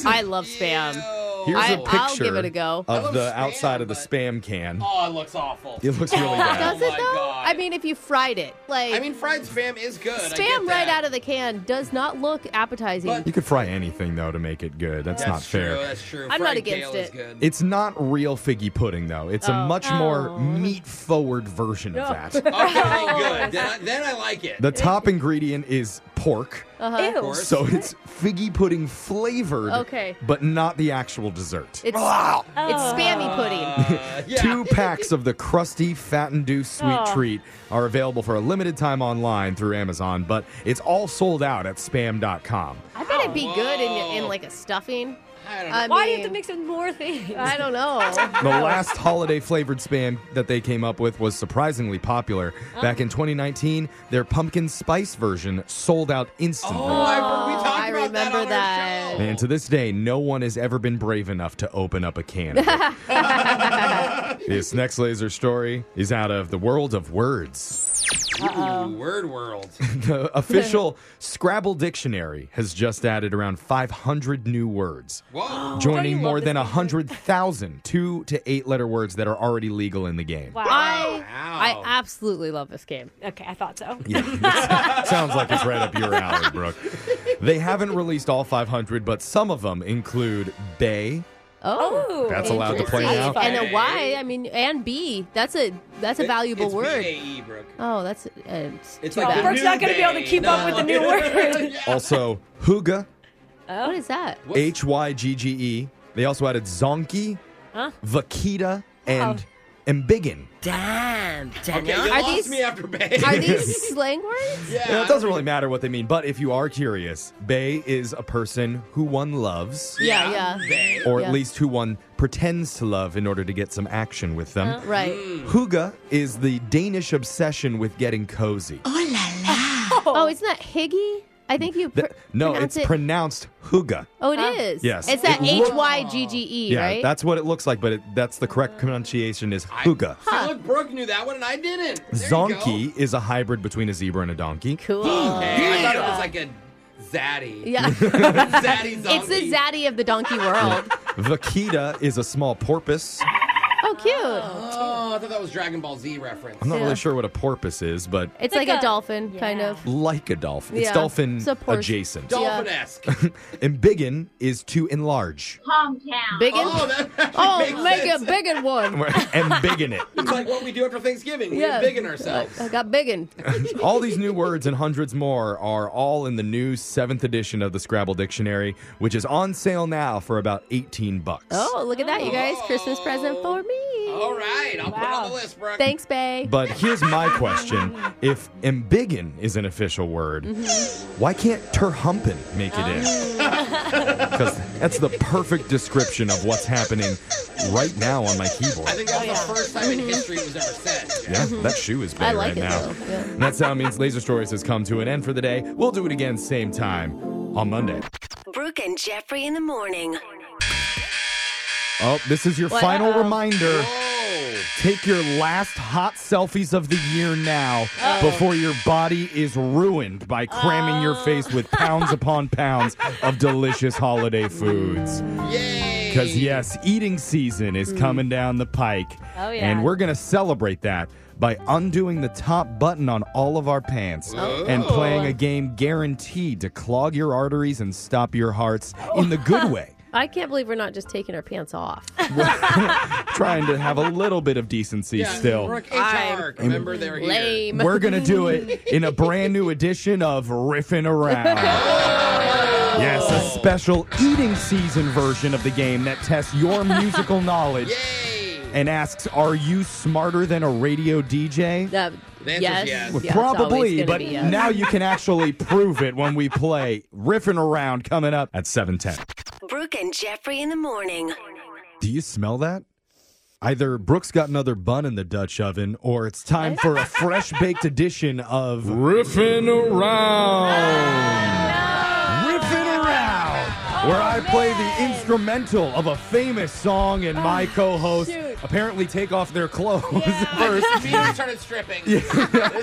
[SPEAKER 2] I love spam.
[SPEAKER 3] Here's
[SPEAKER 2] I-
[SPEAKER 3] a
[SPEAKER 2] I'll
[SPEAKER 3] picture
[SPEAKER 2] give it a go. I
[SPEAKER 3] of
[SPEAKER 6] love
[SPEAKER 3] the
[SPEAKER 6] Spam,
[SPEAKER 3] outside of the
[SPEAKER 6] but-
[SPEAKER 3] Spam can.
[SPEAKER 6] Oh, it looks awful.
[SPEAKER 3] It looks really bad.
[SPEAKER 2] Does
[SPEAKER 6] oh
[SPEAKER 2] it
[SPEAKER 6] my
[SPEAKER 2] though?
[SPEAKER 6] God.
[SPEAKER 2] I mean, if you fried it, like
[SPEAKER 6] I mean, fried spam is good. I get
[SPEAKER 2] spam right
[SPEAKER 6] that.
[SPEAKER 2] out of the can does not look appetizing.
[SPEAKER 6] But-
[SPEAKER 3] You could fry anything though to make it good. That's,
[SPEAKER 6] That's
[SPEAKER 3] not
[SPEAKER 6] true,
[SPEAKER 3] fair.
[SPEAKER 6] That's true.
[SPEAKER 2] I'm not Oh.
[SPEAKER 6] Fried
[SPEAKER 2] against
[SPEAKER 6] kale is
[SPEAKER 2] it.
[SPEAKER 6] good.
[SPEAKER 3] It's not real figgy pudding though. It's a much more meat forward version of that.
[SPEAKER 6] Okay, good. Then I, then I like it.
[SPEAKER 3] The top ingredient is pork.
[SPEAKER 2] Uh-huh.
[SPEAKER 4] Ew.
[SPEAKER 6] course.
[SPEAKER 3] So it's figgy pudding flavored,
[SPEAKER 2] Okay.
[SPEAKER 3] but not the actual dessert.
[SPEAKER 2] it's it's
[SPEAKER 4] Oh.
[SPEAKER 2] spammy pudding.
[SPEAKER 6] Uh, yeah.
[SPEAKER 3] Two packs of the crusty, fat induced sweet
[SPEAKER 2] Oh.
[SPEAKER 3] treat are available for a limited time online through Amazon, but it's all sold out at spam.com.
[SPEAKER 2] I bet it'd be good in
[SPEAKER 6] Oh, Whoa.
[SPEAKER 2] in like a stuffing.
[SPEAKER 6] I don't know.
[SPEAKER 2] I
[SPEAKER 4] Why do you
[SPEAKER 2] mean,
[SPEAKER 4] have to mix in more things?
[SPEAKER 2] I don't know.
[SPEAKER 3] The last holiday flavored spam that they came up with was surprisingly popular. Back in 2019, their pumpkin spice version sold out instantly.
[SPEAKER 6] oh, I, we talked
[SPEAKER 2] I
[SPEAKER 6] about that
[SPEAKER 2] remember
[SPEAKER 6] on our
[SPEAKER 2] that.
[SPEAKER 4] Oh.
[SPEAKER 6] show.
[SPEAKER 3] And to this day, no one has ever been brave enough to open up a can. of it. this next laser story is out of the world of words.
[SPEAKER 6] Ooh, word world.
[SPEAKER 3] The official Scrabble dictionary has just added around 500 new words.
[SPEAKER 6] Whoa.
[SPEAKER 3] Joining
[SPEAKER 4] love
[SPEAKER 3] more
[SPEAKER 4] this
[SPEAKER 3] than
[SPEAKER 4] thing?
[SPEAKER 3] 100,000 two to eight letter words that are already legal in the game.
[SPEAKER 4] Wow.
[SPEAKER 2] I
[SPEAKER 6] Wow.
[SPEAKER 2] I absolutely love this game.
[SPEAKER 4] okay, I thought so.
[SPEAKER 3] Yeah, it sounds like it's right up your alley, Brooke. They haven't released all 500, but some of them include bay.
[SPEAKER 2] Oh,
[SPEAKER 4] Ooh.
[SPEAKER 3] That's allowed to play
[SPEAKER 2] interesting.
[SPEAKER 3] now.
[SPEAKER 2] And a Y, I mean, and B. That's a that's a valuable
[SPEAKER 6] it's
[SPEAKER 2] word.
[SPEAKER 6] B-A-E, Brooke.
[SPEAKER 2] Oh, that's uh, it's
[SPEAKER 6] It's
[SPEAKER 2] too
[SPEAKER 6] like
[SPEAKER 2] bad.
[SPEAKER 6] the
[SPEAKER 4] Brooke's not going to be able to keep up with the new word.
[SPEAKER 3] Also, hygge,
[SPEAKER 2] What is that?
[SPEAKER 3] H Y G G E. They also added zonky, vaquita, and embiggen.
[SPEAKER 9] Damn,
[SPEAKER 6] Okay, you
[SPEAKER 9] Daniel.
[SPEAKER 2] Are
[SPEAKER 6] lost
[SPEAKER 2] these-
[SPEAKER 6] me after bay.
[SPEAKER 2] Are these slang words?
[SPEAKER 6] yeah.
[SPEAKER 3] Now, it doesn't really matter what they mean, but if you are curious, bay is a person who one loves,
[SPEAKER 2] Yeah, yeah.
[SPEAKER 6] Bay.
[SPEAKER 3] or
[SPEAKER 2] Yeah.
[SPEAKER 3] at least who one pretends to love in order to get some action with them.
[SPEAKER 2] Uh, Right.
[SPEAKER 3] Hygge is the Danish obsession with getting cozy.
[SPEAKER 2] Oh, it's not Higgy. I think you pr-
[SPEAKER 3] Th- no,
[SPEAKER 2] pronounce
[SPEAKER 3] it's
[SPEAKER 2] it.
[SPEAKER 3] pronounced hygge.
[SPEAKER 2] oh, it is.
[SPEAKER 3] Yes.
[SPEAKER 2] It's that
[SPEAKER 3] It
[SPEAKER 2] H
[SPEAKER 3] looks-
[SPEAKER 2] Y G G E,
[SPEAKER 3] Yeah,
[SPEAKER 2] right?
[SPEAKER 3] that's what it looks like, but it, that's the correct pronunciation is hygge.
[SPEAKER 6] See, look, Brooke knew that one and I didn't. There You
[SPEAKER 3] Zonky is a hybrid between a zebra and a donkey.
[SPEAKER 6] go.
[SPEAKER 2] cool.
[SPEAKER 6] Hey, I thought it was like a zaddy.
[SPEAKER 2] Yeah.
[SPEAKER 6] zaddy zombie.
[SPEAKER 2] it's the zaddy of the donkey
[SPEAKER 3] Ah,
[SPEAKER 2] world.
[SPEAKER 3] Vaquita is a small porpoise.
[SPEAKER 2] Oh, cute.
[SPEAKER 6] Oh, I thought that was Dragon Ball Z reference.
[SPEAKER 3] I'm not
[SPEAKER 2] Yeah.
[SPEAKER 3] really sure what a porpoise is, but
[SPEAKER 2] It's
[SPEAKER 4] Like
[SPEAKER 2] like, a,
[SPEAKER 4] a-
[SPEAKER 2] dolphin, kind
[SPEAKER 4] Yeah.
[SPEAKER 2] of.
[SPEAKER 3] like a dolphin. It's
[SPEAKER 2] Yeah.
[SPEAKER 3] dolphin
[SPEAKER 2] So porpoise.
[SPEAKER 3] adjacent.
[SPEAKER 6] Dolphin-esque.
[SPEAKER 3] Embiggen is to enlarge.
[SPEAKER 2] Big and
[SPEAKER 6] Oh, that actually
[SPEAKER 2] Oh,
[SPEAKER 6] makes
[SPEAKER 2] make
[SPEAKER 6] sense.
[SPEAKER 2] a biggin one.
[SPEAKER 3] Embiggen it.
[SPEAKER 6] It's like what we do after Thanksgiving. We
[SPEAKER 2] Yeah.
[SPEAKER 6] yeah. embiggen ourselves.
[SPEAKER 2] I got biggin.
[SPEAKER 3] All these new words and hundreds more are all in the new seventh edition of the Scrabble Dictionary, which is on sale now for about 18 bucks.
[SPEAKER 2] Oh, look at that, you guys! Christmas present for me.
[SPEAKER 6] All right, I'll put it on the list, Brooke.
[SPEAKER 2] Thanks, Bay.
[SPEAKER 3] But here's my question. If embiggen is an official word,
[SPEAKER 2] Mm-hmm.
[SPEAKER 3] why can't terhumpin make it in? Because that's the perfect description of what's happening right now on my
[SPEAKER 6] I
[SPEAKER 3] keyboard.
[SPEAKER 6] think that's the first time in history it was ever said.
[SPEAKER 3] Yeah, that shoe is
[SPEAKER 2] Oh, Mm-hmm. I
[SPEAKER 3] big
[SPEAKER 2] like
[SPEAKER 3] right
[SPEAKER 2] it
[SPEAKER 3] now.
[SPEAKER 2] though. Yeah.
[SPEAKER 3] And that sound means Laser Stories has come to an end for the day. We'll do it again same time on Monday.
[SPEAKER 8] Brooke and Jeffrey in the morning.
[SPEAKER 3] Oh, this is your final
[SPEAKER 2] Uh-oh.
[SPEAKER 3] reminder.
[SPEAKER 6] Oh.
[SPEAKER 3] Take your last hot selfies of the year now before your body is ruined by cramming your face with pounds upon pounds of delicious holiday foods.
[SPEAKER 6] Yay!
[SPEAKER 3] Because, yes, eating season is coming down the pike.
[SPEAKER 4] Oh, yeah.
[SPEAKER 3] And we're going to celebrate that by undoing the top button on all of our pants and playing a game guaranteed to clog your arteries and stop your hearts in the good way.
[SPEAKER 2] I can't believe we're not just taking our pants off.
[SPEAKER 3] Trying to have a little bit of decency
[SPEAKER 6] Yeah,
[SPEAKER 3] still.
[SPEAKER 6] Brooke, HR,
[SPEAKER 2] I'm
[SPEAKER 6] remember they're here.
[SPEAKER 2] Lame.
[SPEAKER 3] We're going to do it in a brand new edition of Riffing Around. yes, a special eating season version of the game that tests your musical knowledge
[SPEAKER 6] Yay!
[SPEAKER 3] and asks, Are you smarter than a radio DJ?
[SPEAKER 2] Uh,
[SPEAKER 6] answer's
[SPEAKER 2] yes.
[SPEAKER 6] yes.
[SPEAKER 2] Yeah, it's always
[SPEAKER 3] Probably,
[SPEAKER 2] gonna
[SPEAKER 3] but
[SPEAKER 2] be yes.
[SPEAKER 3] now you can actually prove it when we play Riffing Around coming up at 710.
[SPEAKER 8] Brooke and Jeffrey in the morning.
[SPEAKER 3] Do you smell that? Either Brooke's got another bun in the Dutch oven, or it's time for a fresh baked edition of Riffin' Around. Riffin' Around, where I play the instrumental of a famous song, and my co hosts apparently take off their clothes first.
[SPEAKER 6] Peter started stripping. this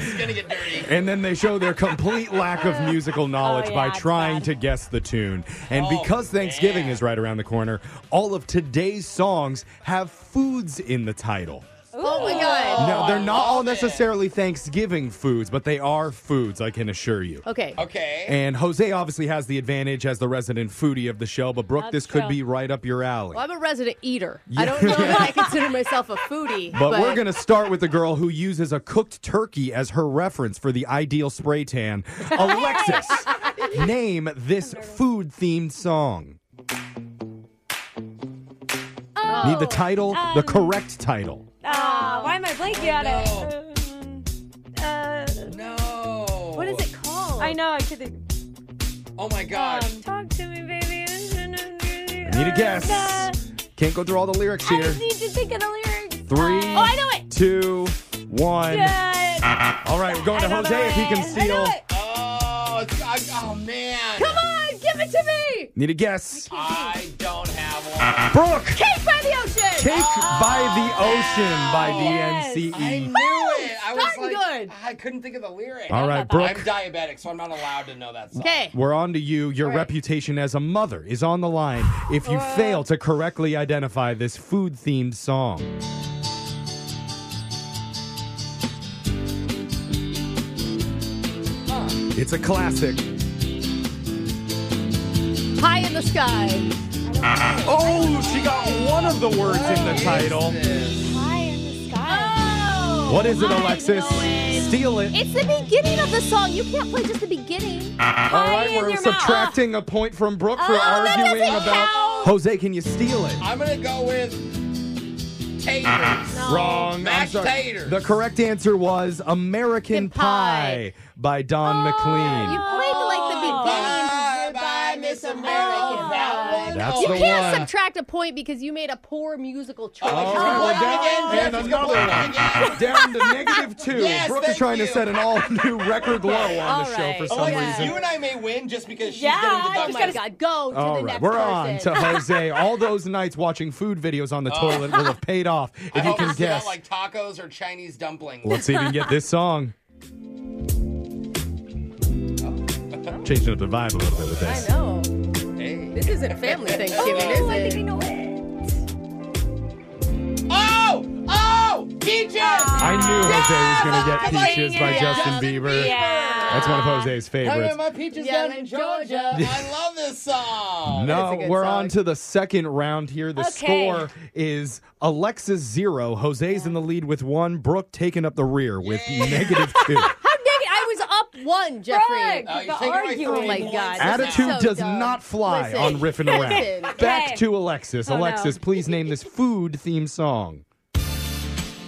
[SPEAKER 6] is gonna get dirty.
[SPEAKER 3] And then they show their complete lack of musical knowledge
[SPEAKER 4] yeah,
[SPEAKER 3] by
[SPEAKER 4] it's
[SPEAKER 3] trying
[SPEAKER 4] bad.
[SPEAKER 3] to guess the tune. And because Thanksgiving is right around the corner, all of today's songs have foods in the title.
[SPEAKER 2] Oh my god.
[SPEAKER 3] Now, they're not all necessarily Thanksgiving foods, but they are foods, I can assure you.
[SPEAKER 2] Okay.
[SPEAKER 6] Okay.
[SPEAKER 3] And Jose obviously has the advantage as the resident foodie of the show, but Brooke, this could
[SPEAKER 4] true.
[SPEAKER 3] be right up your alley.
[SPEAKER 2] Well, I'm a resident eater. I don't know that I consider myself a foodie.
[SPEAKER 3] But, we're going to start with the girl who uses a cooked turkey as her reference for the ideal spray tan. Alexis, name this food themed song. Need
[SPEAKER 4] Oh.
[SPEAKER 3] the title, the
[SPEAKER 4] Um,
[SPEAKER 3] correct title.
[SPEAKER 4] Ah, why am I blanking on it? Uh,
[SPEAKER 6] No.
[SPEAKER 4] what is it called? I know. I could think.
[SPEAKER 6] Oh my god.
[SPEAKER 4] Um, talk to me, baby. I
[SPEAKER 3] Need a guess. Can't go through all the lyrics
[SPEAKER 4] I
[SPEAKER 3] here.
[SPEAKER 4] just need to think of the lyrics.
[SPEAKER 3] Three,
[SPEAKER 4] Oh, I know it.
[SPEAKER 3] two, one.
[SPEAKER 4] Yeah.
[SPEAKER 3] All right, we're going to
[SPEAKER 4] I know
[SPEAKER 3] Jose if he
[SPEAKER 4] it.
[SPEAKER 3] can
[SPEAKER 4] I
[SPEAKER 3] steal.
[SPEAKER 4] know it.
[SPEAKER 6] oh, it's, I, oh man. Come on.
[SPEAKER 2] God, give it to me.
[SPEAKER 3] Need a guess.
[SPEAKER 6] I don't have one.
[SPEAKER 3] Brooke,
[SPEAKER 2] Cake by the ocean.
[SPEAKER 3] Cake by the E. Ocean by
[SPEAKER 4] Oh, Yes.
[SPEAKER 6] Oh, I
[SPEAKER 3] DNCE.
[SPEAKER 6] knew it. I was
[SPEAKER 2] starting
[SPEAKER 6] like,
[SPEAKER 2] good.
[SPEAKER 6] I couldn't think of the lyric.
[SPEAKER 3] All right,
[SPEAKER 6] I'm
[SPEAKER 3] Brooke.
[SPEAKER 6] diabetic, so I'm not allowed to know that song.
[SPEAKER 2] Okay.
[SPEAKER 3] We're on to you. Your
[SPEAKER 2] right.
[SPEAKER 3] reputation as a mother is on the line if you fail to correctly identify this food themed song. It's a classic.
[SPEAKER 2] High in the sky.
[SPEAKER 3] Oh, she got one of the words in the title.
[SPEAKER 4] High in the sky.
[SPEAKER 3] What is it,
[SPEAKER 6] Oh,
[SPEAKER 3] Alexis? Steal it.
[SPEAKER 10] It's the beginning of the song. You can't play just the beginning.
[SPEAKER 3] All right,
[SPEAKER 4] in
[SPEAKER 3] we're
[SPEAKER 4] your mouth.
[SPEAKER 3] subtracting a point from Brooke for
[SPEAKER 10] Oh, that
[SPEAKER 3] arguing
[SPEAKER 10] doesn't
[SPEAKER 3] about.
[SPEAKER 10] count.
[SPEAKER 3] Jose, can you steal it?
[SPEAKER 6] I'm gonna go with taters.
[SPEAKER 3] Uh-huh. Wrong.
[SPEAKER 6] Mashed
[SPEAKER 3] I'm sorry.
[SPEAKER 6] taters.
[SPEAKER 3] The correct answer was American
[SPEAKER 2] Pie.
[SPEAKER 3] Pie, by Don
[SPEAKER 6] Oh,
[SPEAKER 10] You
[SPEAKER 3] McLean.
[SPEAKER 10] played like the beginning.
[SPEAKER 6] Bye, bye, Miss America. That one.
[SPEAKER 3] That's
[SPEAKER 6] Oh,
[SPEAKER 3] the
[SPEAKER 2] You can't
[SPEAKER 3] one.
[SPEAKER 2] subtract a point because you made a poor musical choice.
[SPEAKER 6] Oh,
[SPEAKER 3] All right, we're down
[SPEAKER 6] Again,
[SPEAKER 3] and
[SPEAKER 6] Jeff,
[SPEAKER 3] another
[SPEAKER 6] it's
[SPEAKER 3] one. Down to negative two.
[SPEAKER 6] Yes,
[SPEAKER 3] Brooke is
[SPEAKER 6] thank
[SPEAKER 3] trying
[SPEAKER 6] you.
[SPEAKER 3] to set an all-new record low on
[SPEAKER 2] All
[SPEAKER 3] the
[SPEAKER 2] right.
[SPEAKER 3] show for some
[SPEAKER 6] Alexis,
[SPEAKER 3] reason.
[SPEAKER 6] Oh, you and I may win just because she's
[SPEAKER 4] Yeah,
[SPEAKER 6] getting the
[SPEAKER 4] I
[SPEAKER 2] Oh
[SPEAKER 6] dog
[SPEAKER 4] just
[SPEAKER 2] my God, go to
[SPEAKER 3] All
[SPEAKER 2] the
[SPEAKER 3] right,
[SPEAKER 2] next
[SPEAKER 3] we're on
[SPEAKER 2] person.
[SPEAKER 3] to Jose. All those nights watching food videos on the toilet will have paid off if
[SPEAKER 6] Oh. I
[SPEAKER 3] you
[SPEAKER 6] hope
[SPEAKER 3] can
[SPEAKER 6] it's not
[SPEAKER 3] guess.
[SPEAKER 6] like tacos or Chinese dumplings.
[SPEAKER 3] Let's see if you can get this song. Changing up the vibe a little bit with
[SPEAKER 2] I
[SPEAKER 3] this.
[SPEAKER 2] know.
[SPEAKER 6] Hey.
[SPEAKER 2] This isn't family Thanksgiving,
[SPEAKER 4] Oh, I think
[SPEAKER 2] is
[SPEAKER 4] I
[SPEAKER 2] it?
[SPEAKER 4] know it.
[SPEAKER 6] Oh! Oh! Peaches!
[SPEAKER 3] I knew Jose was going to
[SPEAKER 4] Yeah,
[SPEAKER 3] get Peaches
[SPEAKER 4] yeah,
[SPEAKER 3] by
[SPEAKER 4] yeah.
[SPEAKER 3] Justin
[SPEAKER 2] Justin
[SPEAKER 3] Bieber.
[SPEAKER 4] Yeah.
[SPEAKER 3] That's one of Jose's
[SPEAKER 6] I
[SPEAKER 3] favorites.
[SPEAKER 6] remember my peaches
[SPEAKER 2] Yeah,
[SPEAKER 6] down in
[SPEAKER 2] in
[SPEAKER 6] Georgia.
[SPEAKER 2] Georgia.
[SPEAKER 6] I love this song.
[SPEAKER 3] No,
[SPEAKER 2] Oh, That's a good
[SPEAKER 3] we're
[SPEAKER 2] song.
[SPEAKER 3] on to the second round here. The
[SPEAKER 4] Okay.
[SPEAKER 3] score is Alexis zero. Jose's in the lead with one. Brooke taking up the rear with negative two.
[SPEAKER 2] How neg- I was up one, Jeffrey.
[SPEAKER 4] Brooke,
[SPEAKER 6] Uh, you're
[SPEAKER 4] the
[SPEAKER 6] taking my
[SPEAKER 4] arguing.
[SPEAKER 2] Oh my God.
[SPEAKER 3] Attitude
[SPEAKER 2] so
[SPEAKER 3] does
[SPEAKER 2] dumb.
[SPEAKER 3] not fly
[SPEAKER 2] Listen,
[SPEAKER 3] on riffing around.
[SPEAKER 2] listen.
[SPEAKER 3] Back
[SPEAKER 4] Okay.
[SPEAKER 3] to Alexis.
[SPEAKER 4] Oh, no.
[SPEAKER 3] Alexis, please name this food theme song.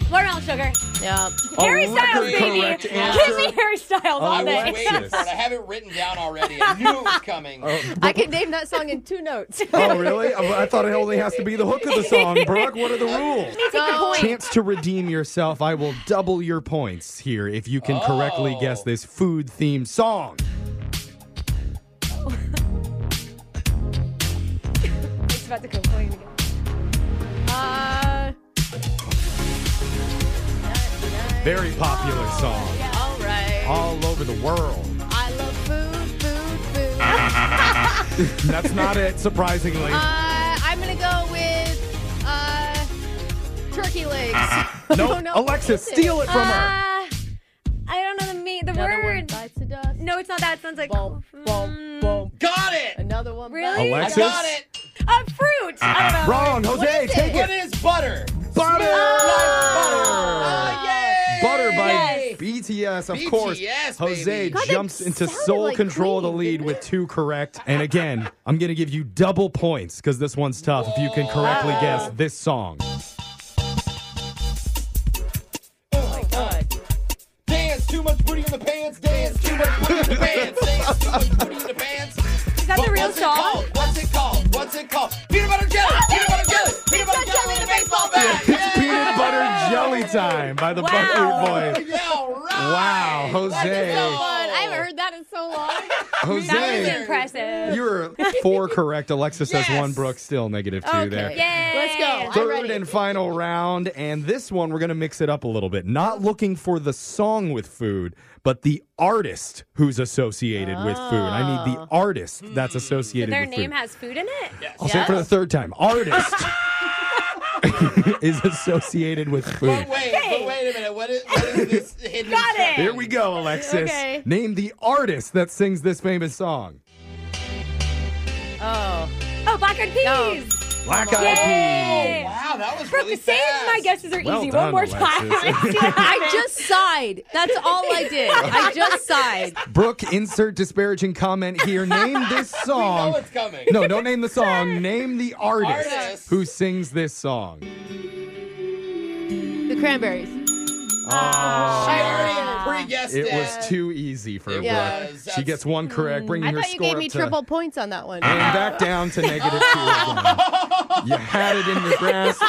[SPEAKER 4] Watermelon sugar.
[SPEAKER 2] Yeah.
[SPEAKER 4] Harry Styles,
[SPEAKER 3] record
[SPEAKER 4] baby.
[SPEAKER 3] Oh, correct Oh,
[SPEAKER 4] Give
[SPEAKER 3] answer.
[SPEAKER 4] me Harry Styles all
[SPEAKER 6] I was
[SPEAKER 4] day.
[SPEAKER 6] waiting for it. I have it written down already. I knew it was coming.
[SPEAKER 2] I could name that song in two notes.
[SPEAKER 3] Oh, really? I I thought it only has to be the hook of the song, Brooke. What are the rules?
[SPEAKER 2] So-
[SPEAKER 3] Chance to redeem yourself. I will double your points here if you can correctly
[SPEAKER 6] Oh.
[SPEAKER 3] guess this food themed song.
[SPEAKER 4] It's about to go going again.
[SPEAKER 2] Uh,
[SPEAKER 3] Very popular song.
[SPEAKER 2] All right.
[SPEAKER 3] All over the world.
[SPEAKER 2] I love food, food, food.
[SPEAKER 3] That's not it, surprisingly.
[SPEAKER 2] Uh, I'm gonna go with uh, turkey legs.
[SPEAKER 3] no,
[SPEAKER 2] no,
[SPEAKER 3] Alexa,
[SPEAKER 2] what is it?
[SPEAKER 3] Uh-huh. steal it from her.
[SPEAKER 4] Uh, I don't know the me the
[SPEAKER 2] Another one
[SPEAKER 4] word.
[SPEAKER 2] bites the dust.
[SPEAKER 4] No, it's not that. It sounds like
[SPEAKER 2] Boom, boom, boom.
[SPEAKER 6] Got it!
[SPEAKER 2] mm. Another one.
[SPEAKER 4] Really?
[SPEAKER 6] I
[SPEAKER 3] Alexis?
[SPEAKER 6] got it!
[SPEAKER 4] a
[SPEAKER 2] Uh,
[SPEAKER 4] fruit. I don't know.
[SPEAKER 3] Wrong, Jose,
[SPEAKER 2] is
[SPEAKER 3] take
[SPEAKER 6] What
[SPEAKER 3] it.
[SPEAKER 6] is butter?
[SPEAKER 3] Butter!
[SPEAKER 6] Oh, yay!
[SPEAKER 3] Butter by
[SPEAKER 4] Yes.
[SPEAKER 3] BTS, of
[SPEAKER 6] BTS,
[SPEAKER 3] course. Jose
[SPEAKER 6] baby. God,
[SPEAKER 2] that
[SPEAKER 3] jumps into
[SPEAKER 2] sounded
[SPEAKER 3] sole
[SPEAKER 2] like
[SPEAKER 3] control to
[SPEAKER 2] Queen,
[SPEAKER 3] lead
[SPEAKER 2] didn't
[SPEAKER 3] with two correct. And again, I'm going to give you double points because this one's tough if you can correctly guess this song.
[SPEAKER 6] Oh Dance too much booty in the pants. Dance too much booty in the pants. Dance too much booty in the pants.
[SPEAKER 4] Is that the real
[SPEAKER 6] what's It
[SPEAKER 4] song?
[SPEAKER 6] called? What's it called? What's it called? Peanut butter jelly. Peanut butter jelly. Peanut butter jelly in a baseball bat.
[SPEAKER 3] It's peanut butter jelly time by the
[SPEAKER 4] Wow.
[SPEAKER 3] Buckwheat Boys.
[SPEAKER 6] Yeah, all right.
[SPEAKER 3] Wow,
[SPEAKER 2] So
[SPEAKER 3] Jose.
[SPEAKER 2] fun. I haven't heard that in so long.
[SPEAKER 4] That was
[SPEAKER 3] Jose.
[SPEAKER 4] impressive.
[SPEAKER 3] You were four correct. Alexis has
[SPEAKER 6] Yes.
[SPEAKER 3] one. Brooke still negative two
[SPEAKER 2] Okay.
[SPEAKER 3] there.
[SPEAKER 4] Yay.
[SPEAKER 2] Let's go. I'm
[SPEAKER 3] Third
[SPEAKER 2] ready.
[SPEAKER 3] and final round, and this one we're gonna mix it up a little bit. Not looking for the song with food, but the artist who's associated with food. I need the artist that's associated
[SPEAKER 4] Their
[SPEAKER 3] with
[SPEAKER 4] name
[SPEAKER 3] food.
[SPEAKER 4] has food in it.
[SPEAKER 3] I'll say it for the third time. Artist is associated with food.
[SPEAKER 6] But wait, but wait a minute. What is, what is this hidden?
[SPEAKER 4] Got
[SPEAKER 6] stuff?
[SPEAKER 4] it.
[SPEAKER 3] Here we go, Alexis.
[SPEAKER 2] Okay.
[SPEAKER 3] Name the artist that sings this famous song.
[SPEAKER 2] Oh,
[SPEAKER 4] Oh, black eyed peas.
[SPEAKER 3] Black Eyed
[SPEAKER 4] Yay.
[SPEAKER 6] Wow, that was
[SPEAKER 4] Brooke,
[SPEAKER 6] really
[SPEAKER 4] save
[SPEAKER 6] fast.
[SPEAKER 4] my guesses are
[SPEAKER 3] Well
[SPEAKER 4] easy.
[SPEAKER 3] done,
[SPEAKER 4] One more time.
[SPEAKER 3] Alexis.
[SPEAKER 2] I just sighed. That's all I did. I just sighed.
[SPEAKER 3] Peas. Brooke, insert disparaging comment here. Name this
[SPEAKER 6] Oh,
[SPEAKER 3] song.
[SPEAKER 6] it's coming.
[SPEAKER 3] No, don't name the song. Name the artist,
[SPEAKER 6] Artist.
[SPEAKER 3] who sings this song.
[SPEAKER 2] The cranberries. Oh.
[SPEAKER 6] I already pre-guessed
[SPEAKER 3] It
[SPEAKER 6] it.
[SPEAKER 3] was too easy for
[SPEAKER 2] Yeah.
[SPEAKER 3] Brooke.
[SPEAKER 6] was.
[SPEAKER 3] She
[SPEAKER 6] That's-
[SPEAKER 3] gets one correct, bringing
[SPEAKER 2] I
[SPEAKER 3] her
[SPEAKER 2] thought you
[SPEAKER 3] score
[SPEAKER 2] gave me
[SPEAKER 3] up to,
[SPEAKER 2] triple points on that one.
[SPEAKER 3] and back down to negative two. again. You had it in your grasp,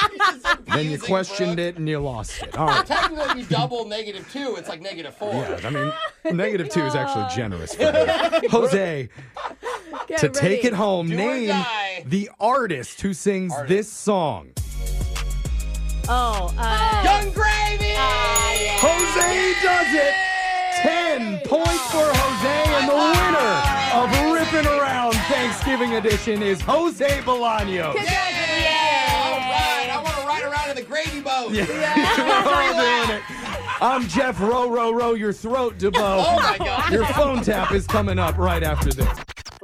[SPEAKER 3] then you questioned it and you lost it. All right.
[SPEAKER 6] Technically, you double negative two. It's like negative four.
[SPEAKER 3] Yeah, I mean, negative two is actually generous for her. Jose,
[SPEAKER 2] Get
[SPEAKER 3] to
[SPEAKER 2] ready.
[SPEAKER 3] take it home,
[SPEAKER 6] Do or
[SPEAKER 3] name
[SPEAKER 6] die.
[SPEAKER 3] the artist who sings
[SPEAKER 6] Artist.
[SPEAKER 3] this song.
[SPEAKER 2] Oh, uh,
[SPEAKER 6] Young Gravy.
[SPEAKER 3] Jose does it. Ten points for Jose, and the winner of Rippin' Around Thanksgiving Edition is Jose Bolaño.
[SPEAKER 6] All right, I want to ride around in the gravy boat.
[SPEAKER 3] I'm Jeff Row Row Row Your Throat DeBo.
[SPEAKER 6] Oh my God.
[SPEAKER 3] Your phone tap is coming up right after this.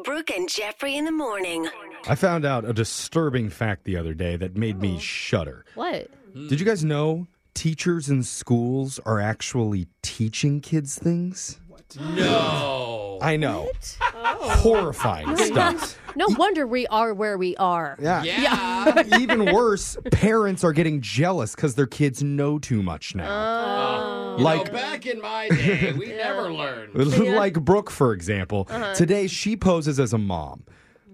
[SPEAKER 8] Brooke and Jeffrey in the morning.
[SPEAKER 3] I found out a disturbing fact the other day that made me shudder.
[SPEAKER 2] what?
[SPEAKER 3] Did you guys know teachers in schools are actually teaching kids things?
[SPEAKER 6] No.
[SPEAKER 3] I know. Oh. Horrifying stuff.
[SPEAKER 2] No wonder we are where we are.
[SPEAKER 6] Yeah.
[SPEAKER 3] Even worse, parents are getting jealous because their kids know too much now.
[SPEAKER 2] Oh.
[SPEAKER 6] Oh. You
[SPEAKER 3] like-
[SPEAKER 6] know, back in my day, we never learned.
[SPEAKER 3] like Brooke, for example.
[SPEAKER 2] Uh-huh.
[SPEAKER 3] Today, she poses as a mom.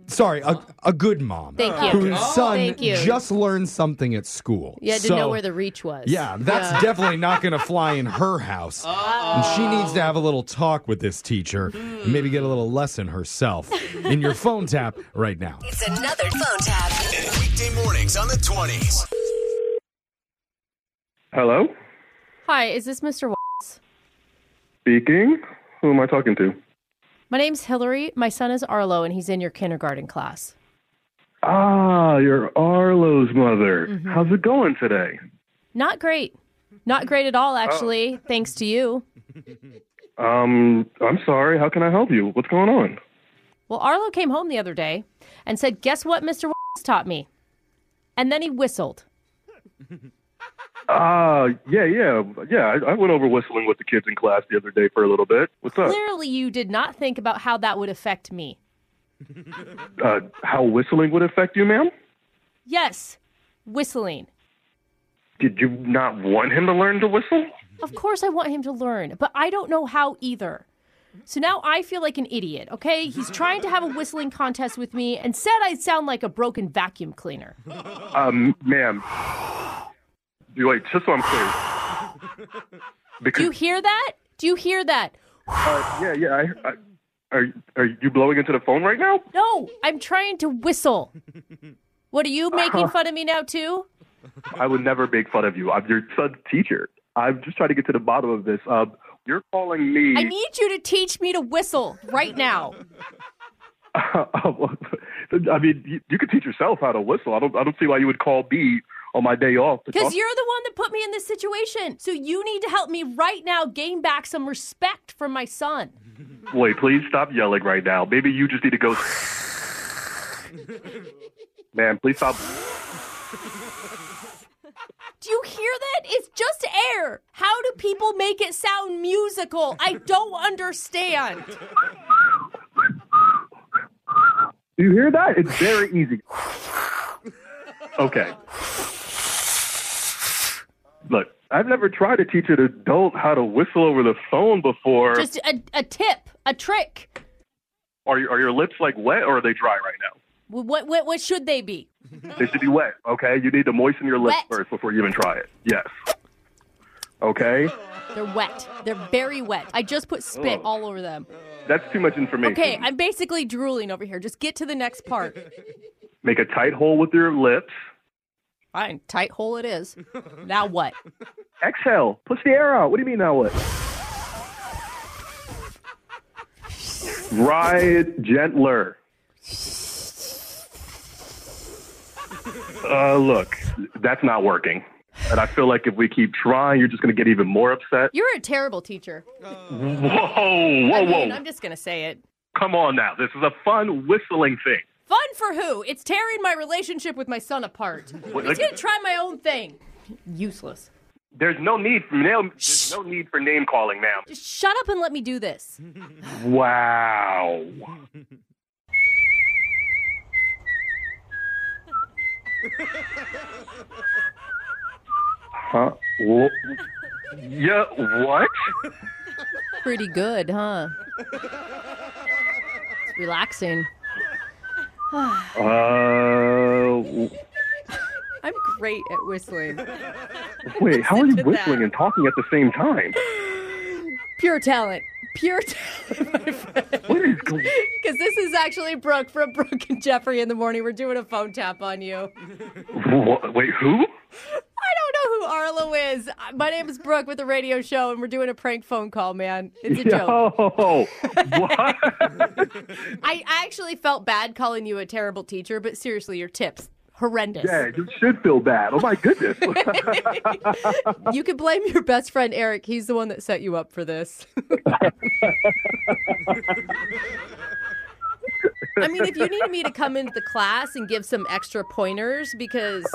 [SPEAKER 3] Sorry, a, a good mom.
[SPEAKER 2] Thank you. Oh,
[SPEAKER 3] Whose son
[SPEAKER 2] Thank you.
[SPEAKER 3] just learned something at school.
[SPEAKER 2] You had to
[SPEAKER 3] So-
[SPEAKER 2] know where the reach was.
[SPEAKER 3] Yeah, that's definitely not going to fly in her house. And she needs to have a little talk with this teacher and maybe get a little lesson herself in your phone tap right now.
[SPEAKER 8] It's another phone tap.
[SPEAKER 11] Weekday mornings on the 20s.
[SPEAKER 12] Hello?
[SPEAKER 2] Hi, is this Mr. Watts?
[SPEAKER 12] Speaking? Who am I talking to?
[SPEAKER 2] My name's Hillary. My son is Arlo, and he's in your kindergarten class.
[SPEAKER 12] Ah, you're Arlo's mother. How's it going today?
[SPEAKER 2] Not great. Not great at all, actually,
[SPEAKER 6] Oh.
[SPEAKER 2] thanks to you.
[SPEAKER 12] Um, I'm sorry. How can I help you? What's going on?
[SPEAKER 2] Well, Arlo came home the other day and said, Guess what Mr. Watts taught me? And then he whistled.
[SPEAKER 12] Ah, yeah, yeah, yeah. I, I went over whistling with the kids in class the other day for a little bit. What's up?
[SPEAKER 2] Clearly, you did not think about how that would affect me.
[SPEAKER 12] Uh, how whistling would affect you, ma'am?
[SPEAKER 2] Yes, whistling.
[SPEAKER 12] Did you not want him to learn to whistle?
[SPEAKER 2] Of course, I want him to learn, but I don't know how either. So now I feel like an idiot, okay? He's trying to have a whistling contest with me and said I sound like a broken vacuum cleaner.
[SPEAKER 12] Um, ma'am. Wait, just so I'm clear.
[SPEAKER 2] Do you hear that? Do you hear that?
[SPEAKER 12] Uh, yeah, yeah. I, I, are are you blowing into the phone right now?
[SPEAKER 2] No, I'm trying to whistle. What are you making fun of me now, too?
[SPEAKER 12] I would never make fun of you. I'm your son's teacher. I'm just trying to get to the bottom of this. Um, you're calling me.
[SPEAKER 2] I need you to teach me to whistle right now.
[SPEAKER 12] I mean, you, you could teach yourself how to whistle. I don't. I don't see why you would call me on my day off. to
[SPEAKER 2] Because
[SPEAKER 12] talk-
[SPEAKER 2] you're the one that put me in this situation. So you need to help me right now gain back some respect from my son.
[SPEAKER 12] Wait, please stop yelling right now. Maybe you just need to go. Man, please stop.
[SPEAKER 2] Do you hear that? It's just air. How do people make it sound musical? I don't understand.
[SPEAKER 12] Do you hear that? It's very easy. Okay. Look, I've never tried to teach an adult how to whistle over the phone before.
[SPEAKER 2] Just a, a tip, a trick.
[SPEAKER 12] Are, you, are your lips like wet or are they dry right now?
[SPEAKER 2] Wh- What, what, what should they be?
[SPEAKER 12] They should be wet, okay? You need to moisten your lips
[SPEAKER 2] Wet.
[SPEAKER 12] first before you even try it. Yes. Okay?
[SPEAKER 2] They're wet. They're very wet. I just put spit
[SPEAKER 12] Ugh.
[SPEAKER 2] all over them.
[SPEAKER 12] That's too much information.
[SPEAKER 2] Okay, I'm basically drooling over here. Just get to the next part.
[SPEAKER 12] Make a tight hole with your lips.
[SPEAKER 2] Fine, tight hole it is. Now what?
[SPEAKER 12] Exhale. Push the air out. What do you mean now what? Ride gentler. Uh, look, that's not working. And I feel like if we keep trying, you're just going to get even more upset.
[SPEAKER 2] You're a terrible teacher.
[SPEAKER 12] Whoa, whoa,
[SPEAKER 2] I mean,
[SPEAKER 12] whoa.
[SPEAKER 2] I'm just going to say it.
[SPEAKER 12] Come on now. This is a fun whistling thing.
[SPEAKER 2] Fun for who? It's tearing my relationship with my son apart. I'm just going to try my own thing. Useless.
[SPEAKER 12] There's no need for name, there's no need for name calling, ma'am.
[SPEAKER 2] Just shut up and let me do this.
[SPEAKER 12] Wow. Huh? Wha- Yeah, what?
[SPEAKER 2] Pretty good, huh? It's relaxing. I'm
[SPEAKER 12] Uh, w-
[SPEAKER 2] great at whistling.
[SPEAKER 12] wait, how are
[SPEAKER 2] Listen
[SPEAKER 12] you
[SPEAKER 2] to
[SPEAKER 12] whistling
[SPEAKER 2] that.
[SPEAKER 12] and talking at the same time?
[SPEAKER 2] Pure talent. Pure talent, my friend. Because this is actually Brooke from Brooke and Jeffrey in the morning. We're doing a phone tap on you.
[SPEAKER 12] Wha- Wait, who?
[SPEAKER 2] I don't know who Arlo is. My name is Brooke with the radio show, and we're doing a prank phone call, man. It's a joke.
[SPEAKER 12] Yo, what?
[SPEAKER 2] I actually felt bad calling you a terrible teacher, but seriously, your tips horrendous.
[SPEAKER 12] Yeah, you should feel bad. Oh my goodness.
[SPEAKER 2] You can blame your best friend Eric. He's the one that set you up for this. I mean, if you need me to come into the class and give some extra pointers, because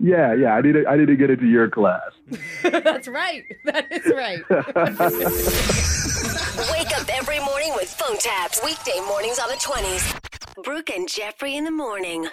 [SPEAKER 12] yeah, yeah. I need to, I need to get into your class.
[SPEAKER 2] that's right. That is right.
[SPEAKER 8] Wake up every morning with phone taps. Weekday mornings on the 20s. Brooke and Jeffrey in the morning.